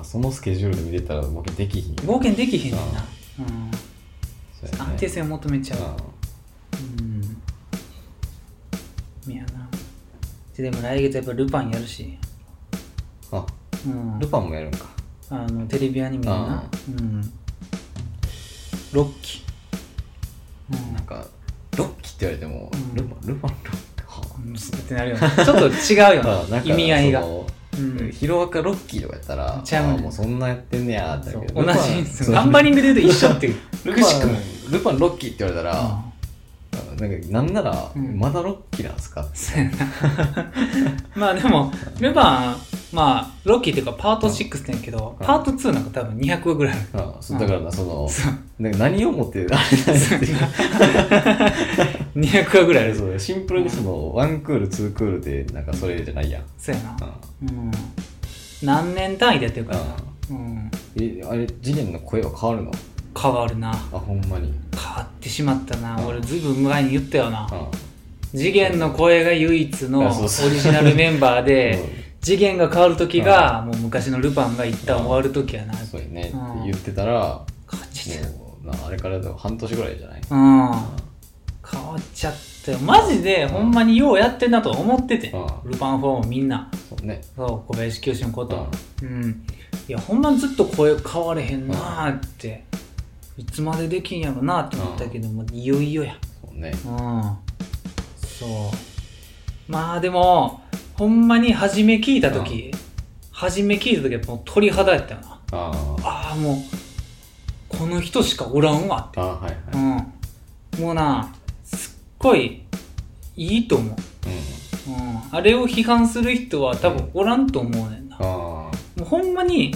B: あ、そのスケジュールで見れたら、僕できひんよ。
A: 冒険できへんねんな、うん、
B: そうやね
A: 安定性を求めちゃう、
B: う
A: うん。いやな。ででも来月やっぱルパンやるし、
B: あ
A: うん
B: ルパンもやるんか
A: あのテレビアニメのな
B: あ、
A: うん、6期、
B: なんかロッキーって言われても、
A: うん
B: ルパンルパンロッキー
A: うん、ってなるよ ねちょっと違うよ
B: あ
A: な
B: なんか
A: 意味合いが
B: そ、の
A: うん、
B: ヒロアカロッキーとかやったら、
A: ちゃうね
B: あーもうそんなやってんねやーってな
A: そ
B: る
A: う
B: けど
A: 同
B: ルパ
A: じ
B: ン
A: ですよ
B: そう
A: ナンバリングで言うと一緒っていう
B: ル
A: くしくも
B: パンルパンロッキーって言われたら、あなんかなんなら、
A: うん
B: まだロッキーなんですか
A: そうやな まあでもルパンまあロッキーっていうかパート6ってんやけど
B: うん
A: パート2なんか多分200話ぐらいある
B: あそうだからな、その、
A: そう
B: なんか何をもってあれなんやって いう
A: 200話ぐらいある
B: そ
A: そう
B: うシンプルにその、ワンクール、ツークールで、なんかそれじゃないやん。
A: やな
B: あ
A: うん何年単位でやってるからな
B: あ
A: うん
B: え、あれ、次元の声は変わるの
A: 変わるな
B: あ、ほんまに。
A: 変わってしまったな
B: うん
A: 俺ずいぶん前に言ったよな
B: あ
A: 次元の声が唯一の
B: あそうそ
A: オ
B: う
A: リジナルメンバーで
B: うん
A: 次元が変わる時がもう昔のルパンが一旦終わる時やな
B: そうやねって
A: うん
B: 言ってたら、
A: 変わっちゃったよ
B: もう、なあれからでも半年ぐらいじゃない
A: うん変わっちゃったよマジでほんまにようやってんなと思ってて
B: う
A: ルパンファンもみんな
B: そうね。
A: そう小林清のこと
B: う
A: うんいやほんまずっと声変われへんなーっていつまでできんやろなーって思ったけどもいよいよや
B: そうね。
A: うんそうまあでもほんまに初め聞いた時初め聞いた時はもう鳥肌やったよな
B: あー
A: ああもうこの人しかおらんわ
B: あー、はいはい。
A: うんもうなすっごいいいと思う、
B: うん。
A: うん、あれを批判する人は多分おらんと思うねんな、
B: あ
A: もうほんまに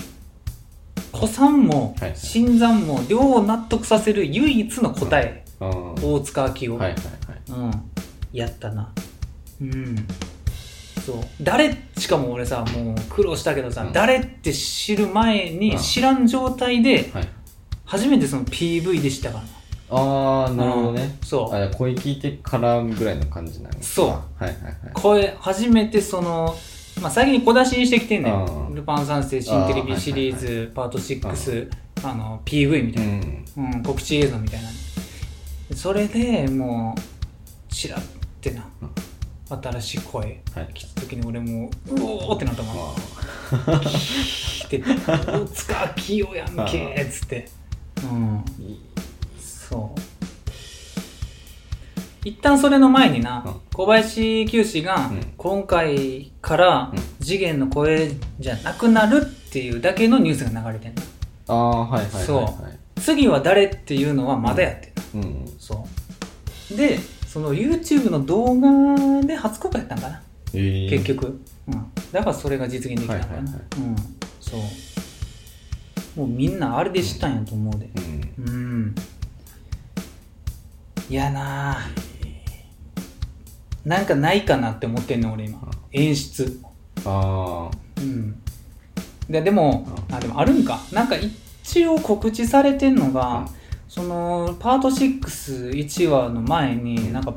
A: 子さんも
B: はい
A: 新参も両を納得させる唯一の答え、
B: あ、うん。はい
A: 大塚明夫、
B: はいはい。
A: うん、やったなうんそう誰しかも俺さもう苦労したけどさ、
B: うん
A: 誰って知る前に
B: うん
A: 知らん状態で
B: はい。
A: 初めてその PV でしたからな
B: ああ、なるほどね。
A: そう
B: あ、じゃあ声聞いてからぐらいの感じなの
A: そう
B: はいはいはい。
A: 声初めてその、まあ、最近小出しにしてきてんね
B: うん
A: ん「ルパン三世新テレビシリー
B: あー
A: ズパート6」あの PV みたいな、
B: ん。
A: うん、告知映像みたいなそれでもうちらってな新しい声
B: はい。
A: 来た時に俺もううおーってなったもん
B: あ
A: 来て「大塚明夫やんけ」っつってうん
B: ーいい
A: そう一旦それの前にな、
B: うん
A: 小林清志が
B: うん
A: 今回から
B: うん
A: 次元の声じゃなくなるっていうだけのニュースが流れてんの
B: ああ、はいはいはい、はい。
A: そ次は誰っていうのはまだやってんの、
B: う。うん。
A: そうでその YouTube の動画で初公開やったんかな
B: えー
A: 結。局、うん、だからそれが実現できたのかな、
B: はいはいはい
A: うんそうもうみんなあれで知ったんやと思うで
B: うん。
A: うんいやなあなんかないかなって思ってんの俺今
B: うん
A: 演出
B: あ
A: うんででも
B: う
A: あでもあるんかなんか一応告知されてんのが、
B: うん
A: そのパート61話の前になんか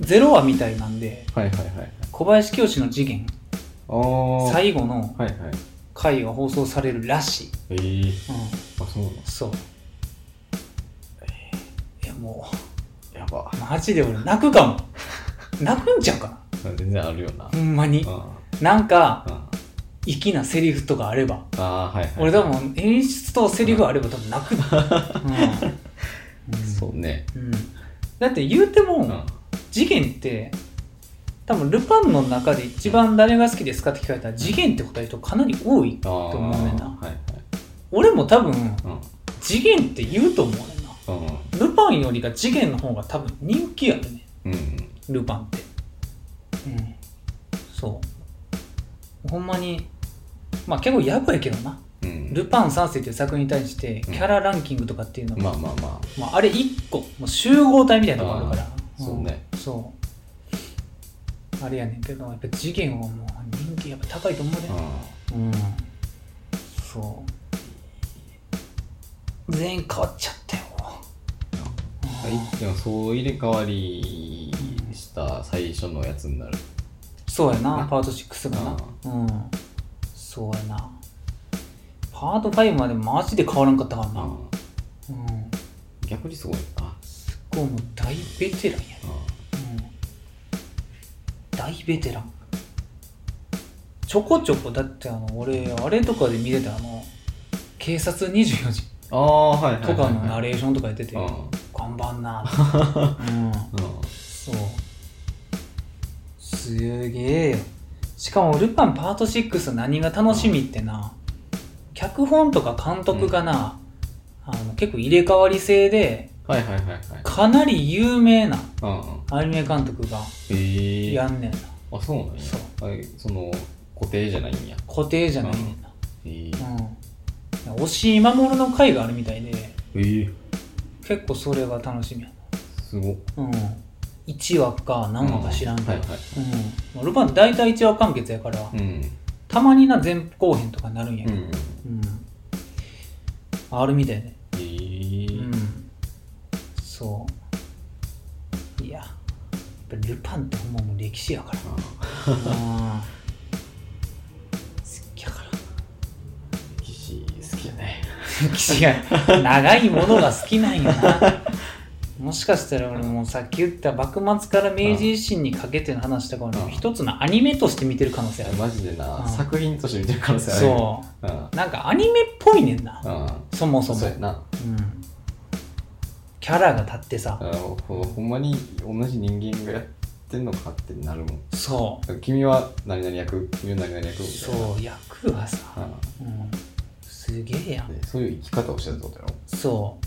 A: 0話みたいなんで
B: あ。はいはいはいはい。
A: 小林清の次元
B: ああ。
A: 最後の
B: はいはい。
A: 回が放送されるらしい、
B: えー。
A: う
B: あ、そうなん
A: ん、そういやも
B: やば。
A: うマジで俺泣くかも泣くんちゃうかな
B: 全然あるよな。
A: ほんまに
B: あ
A: なんか
B: あ。
A: 粋なセリフとかあれば
B: ああー、はいはい。
A: 俺多分演出とセリフあれば多分泣く、う ん
B: そうね。
A: うん、だって言うても、
B: うん。
A: 次元って多分ルパンの中で一番誰が好きですかって聞かれたら次元って答える人かなり多い
B: ああ。
A: と思うねんな
B: はいはい。
A: 俺も多分
B: うん。
A: 次元って言うと思うねんなルパンよりが次元の方が多分人気あるね
B: うん。うん。
A: ルパンってうんそうほんまにまあ結構やばいけどな
B: うん。
A: ルパン三世っていう作品に対してキャラランキングとかっていうの
B: ま
A: が、
B: あまあま
A: まあ、あれ1個もう集合体みたいなとこあるから
B: あーそうね
A: んそうあれやねんけどやっぱ次元はもう人気やっぱ高いと思うね
B: あ。うん。
A: うんそう全員変わっちゃったよ
B: はい、でもそう入れ替わりした最初のやつになる。
A: そうや
B: な
A: な、パート6がな。うん。そうやな。パート5までマジで変わらんかったからな。うん。
B: あ逆にすごいな。
A: すっごいもう大ベテランや。
B: あ
A: うん。大ベテラン。ちょこちょこだってあの俺あれとかで見てたあの「警察24時
B: ああ、はいはい」はい。
A: とかのナレーションとかやってて
B: あ
A: 頑張んなーってうん
B: あうん
A: そうすげえよしかも「ルパンパート6」何が楽しみってな脚本とか監督がな、あの結構入れ替わり制で
B: はいはいはいはい。
A: かなり有名な
B: うんうん。
A: アニメ監督が
B: えー、
A: やんねんな
B: あ、そうなんや。
A: そう
B: あれその、固定じゃないんや。
A: 固定じゃないねんな
B: えー、
A: うん押井守の回があるみたいで
B: えー、
A: 結構それが楽しみや
B: すごっ。
A: なうん1話か何話か知らんけど、
B: はいはい。
A: うんまあルパン大体1話完結やから
B: うん。
A: たまにな前後編とかになるんや
B: う
A: けど、う
B: ん。
A: ん、あるみたいね
B: えー
A: う、んそういややっぱルパンってほんまもう歴史やから
B: あ
A: うん好きやから
B: ー歴史好きやね。
A: 歴史が長いものが好きなんやなもしかしたら俺もうさっき言った幕末から明治維新にかけての話とか
B: う
A: も
B: ん
A: 一つのアニメとして見てる可能性
B: い
A: あ
B: や
A: る
B: マジでな、
A: うん
B: 作品として見てる可能性ある。
A: そう
B: うん。
A: うなんかアニメっぽいねんな
B: うん。
A: そもそも
B: そうやな。
A: うんキャラが立ってさ
B: あのほほんまに同じ人間がやってんのかってなるもん。
A: そ
B: 君は何々役君は何々役
A: う
B: みたいな
A: そう役はさ、
B: う
A: うん、すげえやん
B: ん、でそういう生き方をしてたってことやろ
A: そ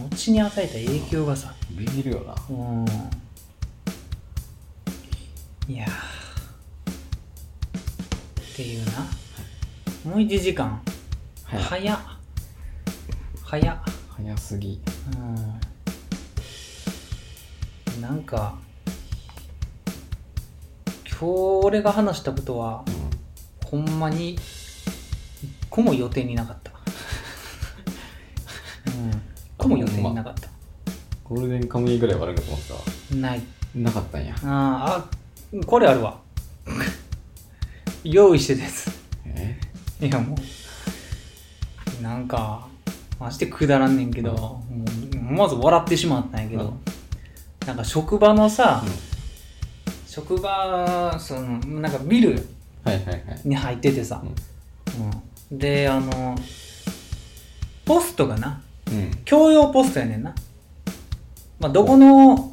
A: う後に与えた影響がさ
B: ビビるよな
A: うんいやーっていうなもう1時間
B: はい
A: 早っ早っ
B: 早すぎ
A: うんなんか今日俺が話したことは
B: う
A: ほんまに一個も予定になか った。うん、一個も予定になかった。
B: んゴールデンカムイぐらい悪いかと思って
A: ない。
B: たなかったんや
A: あーあ、これあるわ。用意してたやつ。
B: え
A: いやもう、なんか、ましてくだらんねんけど、もう思わず笑ってしまったんやけど、
B: うん
A: なんか職場のさ、
B: うん
A: 職場、その、なんかビル
B: はいはいはい
A: に入っててさ、うん、で、あの、ポストがな、
B: うん
A: 共用ポストやねんな。まあ、どこの、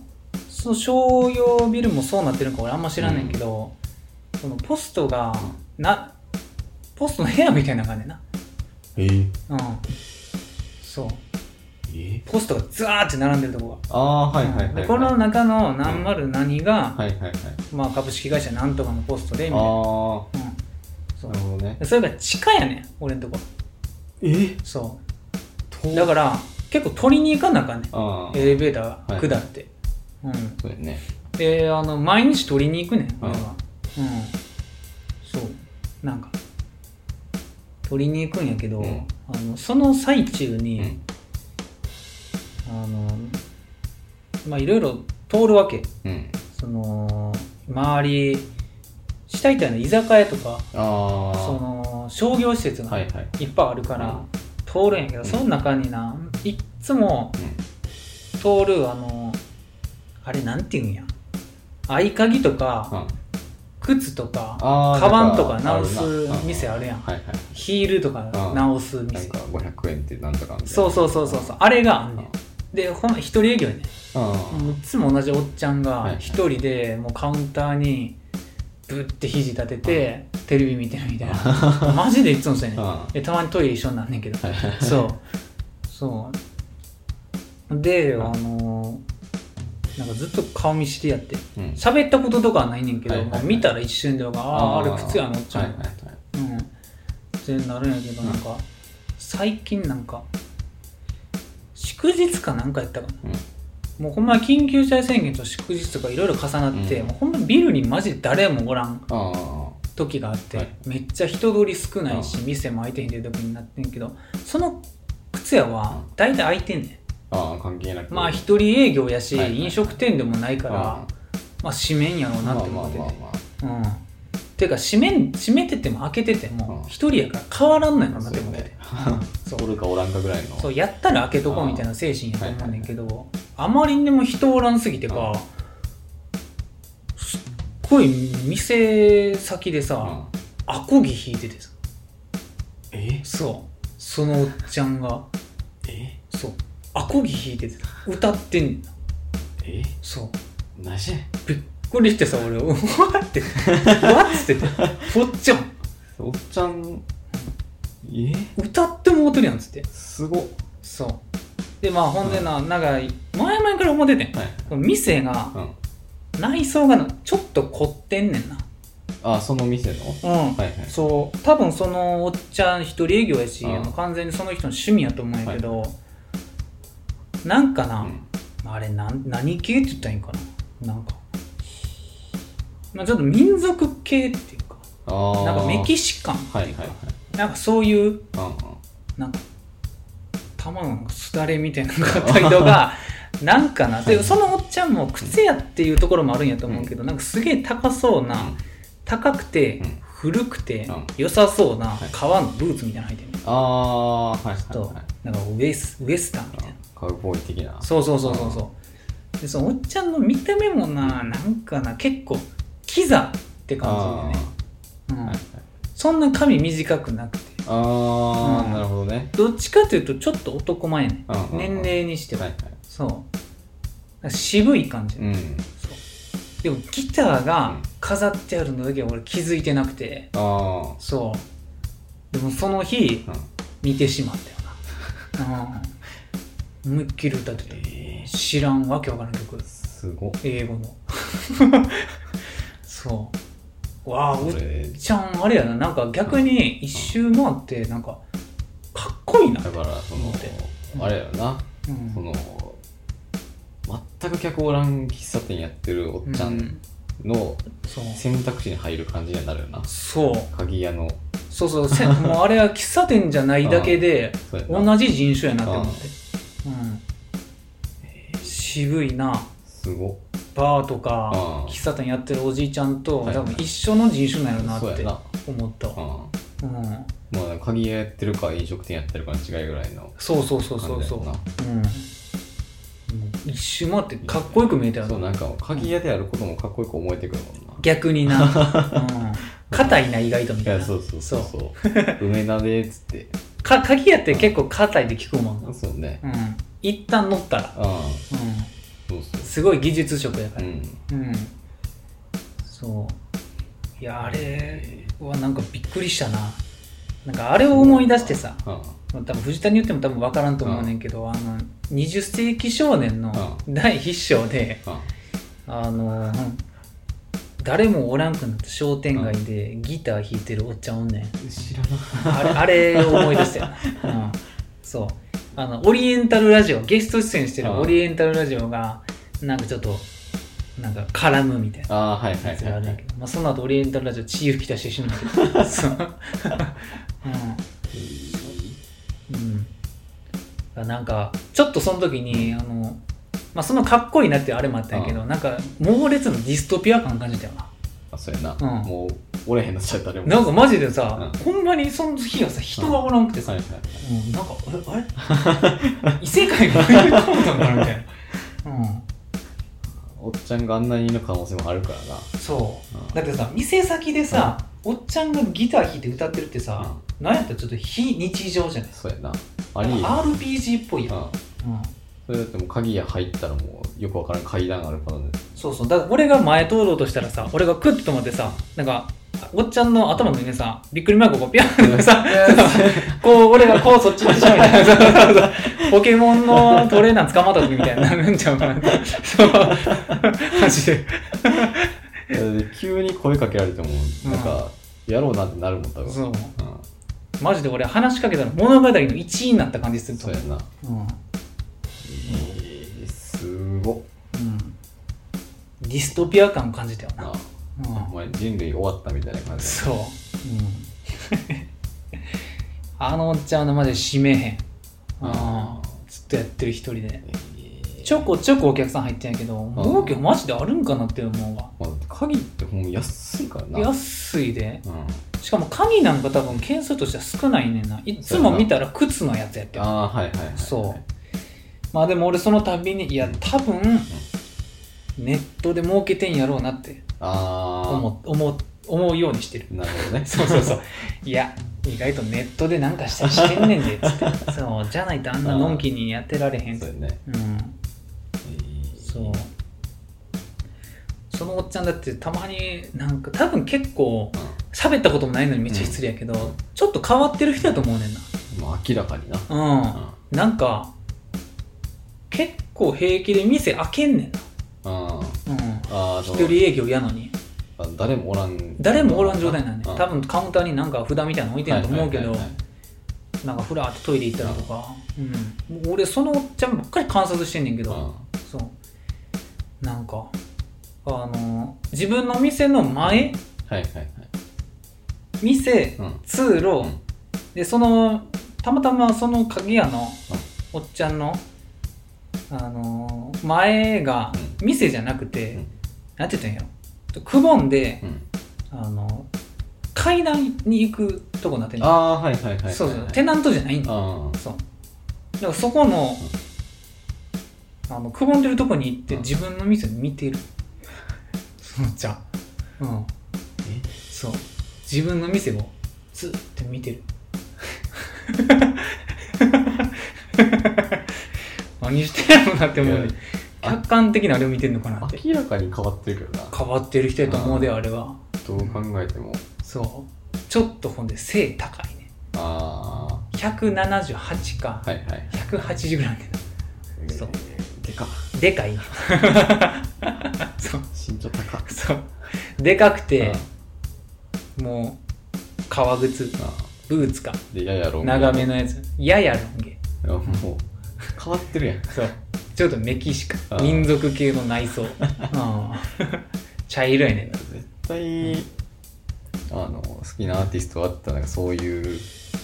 A: その商用ビルもそうなってるんか俺あんま知らんねんけど、そのポストが、な、ポストの部屋みたいな感じやな。
B: えー、
A: うん。そう。
B: えー、
A: ポストがずわーって並んでるとこ
B: ああー
A: が。
B: はいはいはい、はい、
A: でこの中の何丸何が、
B: はいはいはい
A: まあ株式会社なんとかのポストで、みたいな。
B: あ
A: うん。そ
B: あ
A: う
B: なる。ほどね
A: でそれが地下やねん、俺んとこ。
B: え
A: そ
B: と
A: う。だから、結構取りに行かなあかんねん。
B: ああ
A: エレベーター下って。うん。
B: そうやね
A: であの毎日取りに行くねん
B: うん
A: 俺はうんそうなんか取りに行くんやけど、
B: うん
A: あのその最中
B: う
A: に、
B: ん
A: あのまあいろいろ通るわけ
B: うん
A: その周り下みたいな居酒屋とか
B: ああ
A: その商業施設が
B: はいいはい
A: っぱいあるから、通るんやけど、
B: ん
A: その中にないっつも通るあのあれなんていうんや合鍵とか、
B: うんうん
A: 靴とか
B: あー
A: カバンと
B: な
A: か
B: んかある
A: 直
B: な
A: す店あるやん
B: はいはい
A: ヒールとか直す
B: なん
A: 店
B: か500円ってなんとかみたいな
A: そうそうそうそうそうあれがあんね
B: うん
A: んでほんま一人営業やね
B: うん
A: んいつも同じおっちゃん
B: はい
A: が
B: はい
A: 一人でもうカウンターにぶって肘立ててテレビ見てるみたい なマジでいつもそうやねん
B: は
A: でたまにトイレ一緒になんねんけど
B: いはい
A: そうそうであのーなんかずっと顔見知りやって
B: うん
A: 喋ったこととかはないねんけど、
B: はいはいはい
A: まあ見たら一瞬でわかるあああれ靴やのおっちゃん、
B: はいはいはい
A: うんってなるんやけど
B: うん
A: なんか、最近なんか祝日かなんかやったかな
B: うん
A: もうほんま緊急事態宣言と祝日とかいろいろ重なって、
B: うん
A: もうほんまビルにマジで誰もおらん
B: ああ
A: 時があって、
B: はい
A: めっちゃ人通り少ないし、店も開いてへんって時になってんけどその靴屋は大体開いてんね
B: ああ関係なく
A: んまあ一人営業やし、
B: はいはい
A: 飲食店でもないから、
B: あ
A: まあ閉めんやろう
B: まあ
A: な
B: ま
A: っ
B: あ
A: て
B: ま
A: 思
B: あ
A: ってて、
B: ま
A: うんていうか閉めん閉めてても開けてても
B: うん
A: 一人やから変わらんないか
B: あ
A: なって
B: そうよ
A: 思って
B: ね
A: て
B: そ
A: そう
B: おるかおらんかぐらいの
A: そううやったら開けとこうみたいな精神やと思うねんけどあまりにも人おらんすぎてかごい店先でさ、
B: うん
A: アコギ弾いててさ
B: え
A: そうそのおっちゃんが
B: え
A: そうアコギ弾いてて歌ってんの
B: え
A: そう
B: なし
A: びっくりしてさ俺 うわってうわっつってておっちゃん
B: おっちゃんえ
A: 歌ってもうてるやんっつって
B: すごっ
A: そうでまあほんでななんか前々から思っててん
B: はい
A: 店が
B: うん
A: 内装がなちょっと凝ってんねんな
B: あその店の
A: うん
B: はいはい
A: そう多分そのおっちゃん一人営業やし
B: うん
A: もう完全にその人の趣味やと思うんやけど、なんかな、
B: うん
A: あれなん何系って言ったらいいんかななんか、まあ、ちょっと民族系っていうか
B: ああ
A: なんかメキシカン
B: はいはいはい
A: なんかそういう
B: うんうん
A: なんか卵のすだれみたいな態度 がなんかなでそのおっちゃんも靴屋っていうところもあるんやと思うけど、なんかすげえ高そうな、
B: うん
A: 高くて、
B: うん
A: 古くて、
B: うん
A: 良さそうな
B: はい
A: 革のブーツみたいなの履いてる、
B: ああはいはい
A: と
B: はい
A: なんかウエスウエスタンみたいな、
B: カウボーイ的な
A: そうそうそうそうそうでそのおっちゃんの見た目もななんかな結構キザって感じでね、
B: あー
A: うん
B: はいはい
A: そんな髪短くなくて
B: あ
A: う
B: ー
A: ん
B: なるほどね
A: どっちかというとちょっと男前ね、
B: うんうんうん
A: 年齢にして
B: はい
A: は、
B: はい
A: そう渋い感じ、
B: うん
A: そうでもギターが飾ってあるのだけは俺気づいてなくて
B: あ
A: そうでもその日
B: あうん
A: 見てしまったよなうん思いっきり歌ってた
B: えー
A: 知らんわけわからん曲
B: すごっ
A: 英語の そうわあおっ
B: それ
A: ちゃんあれやななんか逆に一周回ってなんかかっこいいな
B: だからその
A: 思って
B: あれやな
A: うん
B: その全く客おらん喫茶店やってるおっちゃ
A: うんん
B: の
A: そう
B: 選択肢に入る感じにはなるよな
A: そう
B: 鍵屋の
A: そうそうせ もうあれは喫茶店じゃないだけで
B: そうやな
A: 同じ人種やなって思って、うん、渋いな
B: すごっ
A: バーとか
B: うん
A: 喫茶店やってるおじいちゃんと
B: はい
A: 多分一緒の人種なんやろな
B: そう
A: っ
B: や
A: て
B: な
A: 思ったわ
B: う
A: うん、
B: んまあ鍵屋やってるか飲食店やってるかの違いぐらいの
A: そうそうそうそうそう、うん、もう一周回ってかっこよく見えたよ
B: そう
A: な
B: なんか鍵屋でやることもかっこよく思えてくるもんな
A: 逆に な、うん、硬いな意外とみ
B: い
A: たい
B: や
A: な
B: そうそうそうそう梅なでっつって
A: か鍵屋って結構硬いって聞くもんな、
B: そうね
A: うん、一旦乗ったら、
B: あ
A: う、
B: あそうん
A: すごい技術職やから、
B: そううん
A: うんそういやあれはなんかびっくりしたななんかあれを思い出してさ
B: あ
A: 多分藤田に言っても多分分からんと思うねんけど、あの20世紀少年の
B: う
A: 第一章で、
B: あ
A: あの誰もおらんくなった商店街でギター弾いてるおっちゃんおんねん
B: 知らな
A: あれ あれを思い出したよな、うん、そうあのオリエンタルラジオゲスト出演してるオリエンタルラジオがなんかちょっとなんか絡むみたいな
B: ああはいは
A: や
B: い
A: つ
B: は
A: がある
B: い
A: ん
B: は
A: や
B: い
A: けど、まあ、その後オリエンタルラジオ血吹き出してしまうけど そう、うんうんあ、なんかちょっとその時にあの、まあ、そのかっこいいなっていうあれもあったんやけど、なんか猛烈なディストピア感感じたよな
B: あそうやな、
A: うん
B: もうおれへんなっちゃった誰も
A: なんかマジでさ、
B: うん
A: ほんまにその日はさ人がおらんくてさ、
B: はいはい
A: うん、なんか、あれあれ 異世界が入り込んだんかなみたいな。う
B: おっちゃんがあんなにいる可能性もあるからな、
A: ん、そう。
B: うん
A: だってさ、店先でさ、おっちゃんがギター弾いて歌ってるってさ、なんやったらちょっと非日常じゃない
B: そうやなありえへんう
A: RPG っぽいやん。うん
B: んそれだってもう鍵屋入ったらもうよくわからん階段があるからね
A: そうそう。だから俺が前通ろうとしたらさ、俺がクッと止まってさ、なんか、おっちゃんの頭の上にさ、びっくりマークをこうピャーンって さ、こう、俺がこうそっちにしちゃうみたいな。 そうそうそうポケモンのトレーナー捕まった時みたいになるんちゃうかな。そう。マジで。
B: だって 急に声かけられてもなんかやろうなってなるもん多分
A: そう
B: うん
A: マジで俺話しかけたら物語の一位になった感じすると
B: そう
A: 思
B: やな
A: う、うん
B: えーすごっ
A: うん、ディストピア感を感じたよな、
B: なお
A: う
B: 前人類終わったみたいな感
A: ん、
B: じ
A: そう、うん、あのおっちゃんのマジで締めへん、うん
B: あ
A: ずっとやってる一人で
B: えー
A: ちょこちょこお客さん入ってんやけど儲けマジであるんかなって思うわ
B: まあだって鍵ってほんま安いからな
A: 安いで
B: うん
A: しかも鍵なんか多分件数としては少ないねんないつも見たら靴のやつやってる
B: ああはいはいはいはい
A: そうまあでも俺その度にいや多分ネットで儲けてんやろうなって
B: あ
A: 思思う思うようにしてる
B: あ。なるほどね。
A: そう そうそう。いや、意外とネットでなんかしたりしてんねんで、つ って。そう、じゃないとあんなのんきにやってられへん
B: そ
A: と
B: う。やね。
A: うん、
B: えー
A: そう。そのおっちゃんだってたまになんか多分結構喋ったこともないのにめっちゃ失礼やけど、ちょっと変わってる人だと思うねんな。
B: うんまあ明らかにな。
A: うん。
B: あ
A: なんか、結構平気で店開けんねん
B: あ
A: な。うん。
B: あ
A: 一
B: の
A: 人営業やのに。
B: あ誰もおらん
A: 誰もおらん状態なんね
B: うん
A: 多分カウンターになんか札みたいなの置いてると思うけど
B: はいはいはい
A: なんかふらーってトイレ行ったりとか、うん、もう俺そのおっちゃんばっかり観察してんねんけ
B: はい
A: ど、そうなんかあのー自分の店の前
B: うんはいはいはい
A: 店
B: うん
A: 通路、
B: うん
A: でそのたまたまその鍵屋のおっちゃんの、あのー前が店じゃなくて、
B: うん
A: なんて言ったんやろくぼんで、
B: うん
A: あの階段に行くとこなってんねん
B: ああはいはいはいはい
A: そうそうテナントじゃないんだ
B: あ
A: そうだからそこの,、あのくぼんでるとこに行って
B: うん
A: 自分の店見てるそのちゃんうん
B: え
A: そう自分の店をずっと見 てる何してんのなって思うね
B: いや
A: 客観的なあれを見てんのかな
B: あ
A: って
B: 明らかに変わってるけどな
A: 変わってる人やと思うであれは
B: どう考えても
A: そうちょっとほんで背高いね
B: あ
A: 178か
B: あはいはい
A: 180ぐらいあんねんなそう
B: でかっ
A: でかいね そう
B: 身長高っ
A: そうでかくて
B: あ
A: もう革靴
B: あ
A: ブーツか
B: でややロン毛
A: 長めのやつややロン毛
B: いやもう変わってるやん
A: そうちょっとメキシカ
B: あ
A: 民族系の内 装うん茶色いねんな
B: 絶対あの好きなアーティストはってなんかそういう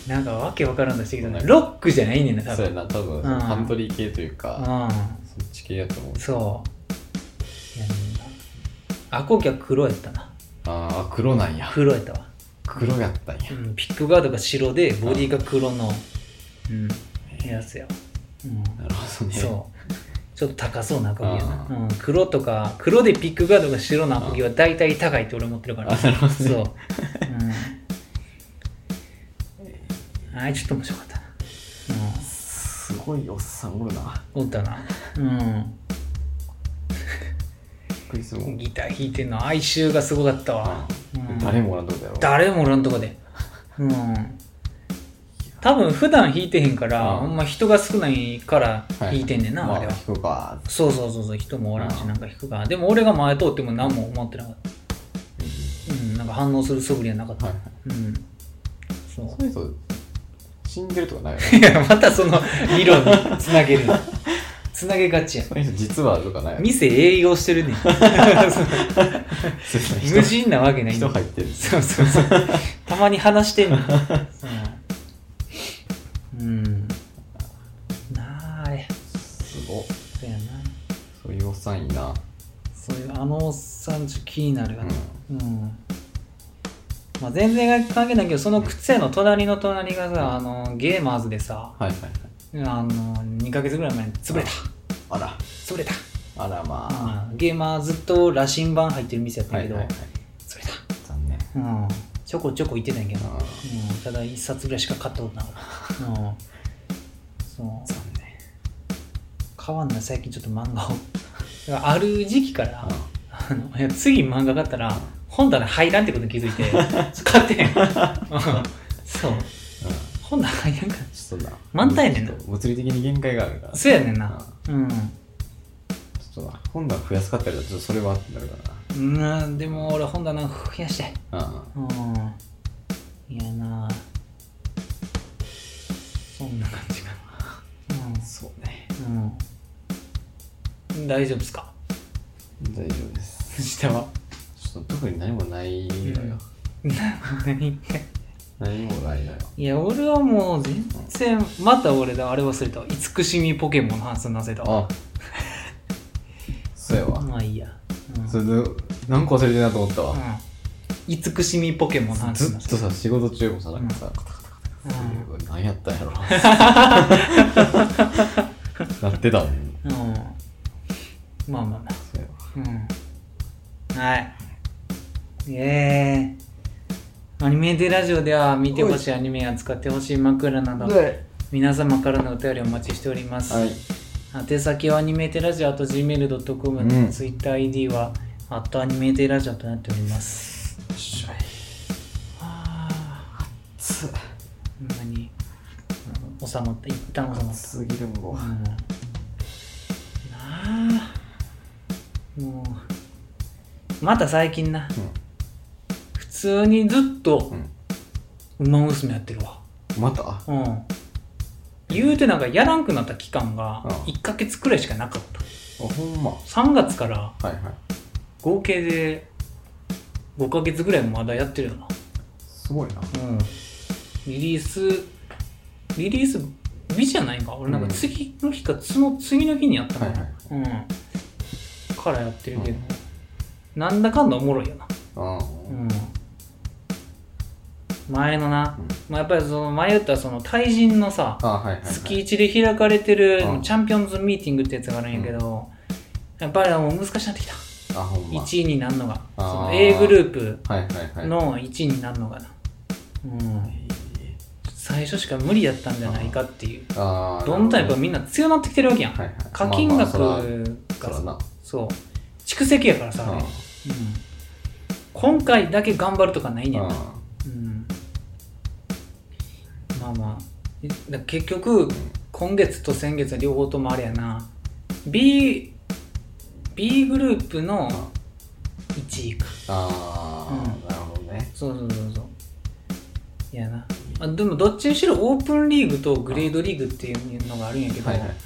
A: なんかわけわからんだしてきたな
B: そう
A: ロックじゃないねんな多
B: そう
A: 分
B: やな多分
A: ん
B: カントリー系というか
A: う
B: そっち系やと思うん
A: そういやねんなあこきは黒やったな
B: ああ黒なんや
A: 黒やったわ、
B: 黒やったんや
A: うん、ピックガードが白でボディが黒のうんやつやわうん
B: なるほどね
A: そう。ちょっと高そうなアコギやな
B: あ。
A: うん、黒とか、黒でピックガードが白のアコギは大体高いって俺思ってるから。
B: あなるほどね
A: そう。うん。あれちょっと面白かったな。
B: すごいおっさんおるな
A: うん。おったな。うん。
B: クリスも
A: ギター弾いてんの哀愁がすごかったわ。うん
B: 誰もおらんとこだよ
A: 誰もおらんとこで。うん。多分普段弾いてへんから、
B: あ
A: ほんま人が少ないから弾いてんねんな、
B: ま
A: あれは
B: 弾。くか
A: そうそうそうそう、人もおらんし、
B: ああ
A: なんか弾くから。でも俺が前通っても何も思ってなかった。うん、なんか反応する素振りはなかった。
B: はい
A: うん。そう。
B: そういう人死んでるとかないよね
A: いや、またその理論につなげるの。つなげがちやん。
B: そういう人実はとかないよね
A: 店営業してるねん。
B: そう いう人
A: 無人なわけないんだ
B: 人入ってる
A: そうそうそう。たまに話し てんの。うん。うん、なあ、あれ。
B: すごい
A: そうやな。
B: そういうおっさんいいな
A: そういう、あのおっさんちょっと気になる
B: う
A: よ
B: ん
A: ね。うんまあ、全然関係ないけどその靴屋の隣の隣がさあのゲーマーズでさ
B: はいはいはい
A: あの2ヶ月ぐらい前に潰れた
B: あら
A: 潰れた、
B: あらまあ
A: うんゲーマーズと羅針盤入ってる店やった
B: は
A: け
B: い
A: ど、
B: はいはい
A: 潰れ
B: 残念
A: た、うん、ちょこちょこ行ってたんやけど、
B: あ
A: うん、ただ1冊ぐらいしか買ったことなかった、うん、そう
B: 残念
A: 買わんない最近ちょっと漫画を だからある時期から
B: あ
A: あのいや次漫画買ったら本棚入らんってことに気づいて買ってへん、うんそう
B: うん
A: 本棚入らんか
B: ちょっとな
A: 満タンやねんな
B: ちょっと物理的に限界があるから
A: ら
B: ち
A: そうやねんなうん
B: ょっとな本棚増やすかったらちょっとそれはってなるから
A: うんでも俺本棚増やしたい
B: なうん
A: うんいやなそんな感じかな
B: そうね
A: うん、うん、大丈夫っすか
B: 大丈夫です
A: 下は
B: ちょっと特に何もないのよ。
A: 何
B: 何もないのよ。
A: いや俺はもう全然また俺だあれ忘れたわ慈しみポケモンの話なせたわ
B: あそうやわ。
A: まあいいや、うん
B: それで、なんか忘れてるなと思ったわ。
A: うん、慈しみポケモンの話
B: ず
A: な
B: っ
A: せ
B: と
A: た
B: さ、仕事中もさ、なんかさ、カタカタカタカタっていう何やったんやろ。なってたも
A: う
B: ん。
A: んまあまあまあ
B: そうやわ。
A: うんはいええアニメでラジオでは見てほしいアニメや使ってほしい枕など皆様からのお便りをお待ちしております、
B: はい。
A: 宛先はアニメテラジオあと gmail.com、
B: うん
A: TwitterID はあとアニメテラジオとなっております
B: しょい。
A: ああ
B: つ、
A: ほんまにうん収まった一旦収まった
B: すぎるも
A: うんなあもうまた最近な、普通にずっと「ウマ娘」やってるわ
B: うん。また
A: うん言うてなんかやらんくなった期間が
B: うん
A: 1ヶ月くらいしかなかった
B: あ、ほんま。は
A: 3月から
B: いはい。
A: 合計で5ヶ月ぐらいまだやってるよな
B: すごいな。
A: うんリリースリリース日じゃないんか俺なんか
B: うん
A: 次の日かその次の日にやったか
B: はい
A: ら、
B: はい
A: うんからやってるけど、なんだかんだおもろいよな
B: あ
A: うん前のな、
B: うん
A: まあ、やっぱりその前言ったその対人のさ、
B: あ。あ、はいはいはい。
A: 月一で開かれてる
B: うん
A: チャンピオンズミーティングってやつがあるんやけど、やっぱりもう難しくなってきた、
B: あ、ほんま。
A: 1位になるのがそ
B: あー
A: の A グルー
B: はいはいは
A: プ
B: い。
A: の1位になるのがな、うん、最初しか無理やったんじゃないかっていう
B: ああ。
A: どんどんやっぱ
B: は
A: みんな強なってきてるわけやん、
B: いはい。
A: 課金額
B: ま
A: が
B: あまあ
A: さ、
B: そらそらな。
A: そう蓄積やからさ、あれうん、今回だけ頑張るとかないねんなうんまあまあえだ結局今月と先月は両方ともあれやな B, B グループの1位か
B: ああ
A: う
B: ー、なるほどね。
A: そうそうそうそういやなあでもどっちにしろオープンリーグとグレードリーグっていうのがあるんやけど、
B: はいはいはい。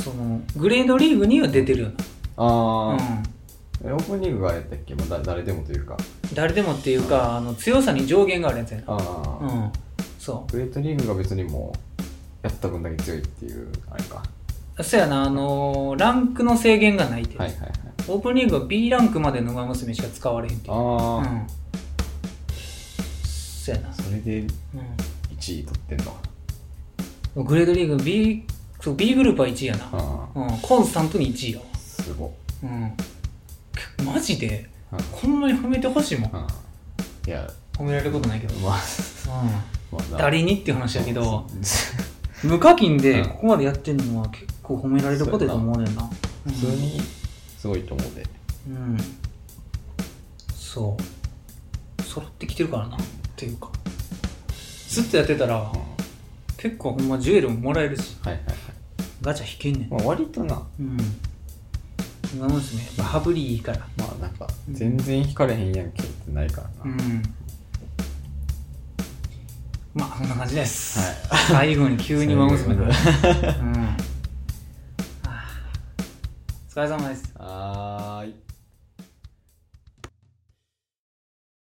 A: そのグレードリーグには出てるよな、
B: あ
A: う
B: あ、
A: ん、
B: えオープニングがやったっけまあだ誰でもというか。
A: 誰でもっていうかあの強さに上限があるやつやな、
B: ああ。
A: うん、そう
B: グレートリーグが別にもうやった分だけ強いっていうあれか
A: そやな、あのーランクの制限がないっていう、
B: はいはいはい
A: オープンリーグは B ランクまでの馬娘しか使われへんっていう。う
B: ああ、
A: ん。そやな。
B: それで
A: う
B: 1位取ってんの
A: ん。グレードリーグ B、そう、B グループは1位やな。
B: あ
A: うん。コンスタントに1位やわ。
B: あすごっ
A: うん。けマジで、
B: うん
A: こんなに褒めてほしいもん。
B: うんいや
A: 褒められることないけど。うん。
B: まあまあ
A: 誰にっていう話やけど、
B: 普
A: 無課金で
B: うん
A: ここまでやってんのは結構褒められることやと思うねんな。普
B: 通にすごいと思うで
A: うんそう揃ってきてるからなっていうかずっとやってたら
B: うん
A: 結構ほんまジュエルももらえるし
B: はいはいはい、
A: ガチャ引けんねん
B: まあ、割とな
A: うん馬娘やっぱ羽振りいいから
B: まあなんか全然引かれへんやんけってないからな、
A: う
B: は
A: んまあそんな感じです、
B: い
A: 最後に急に馬娘 だ、うん、あーお疲れ様です
B: はーい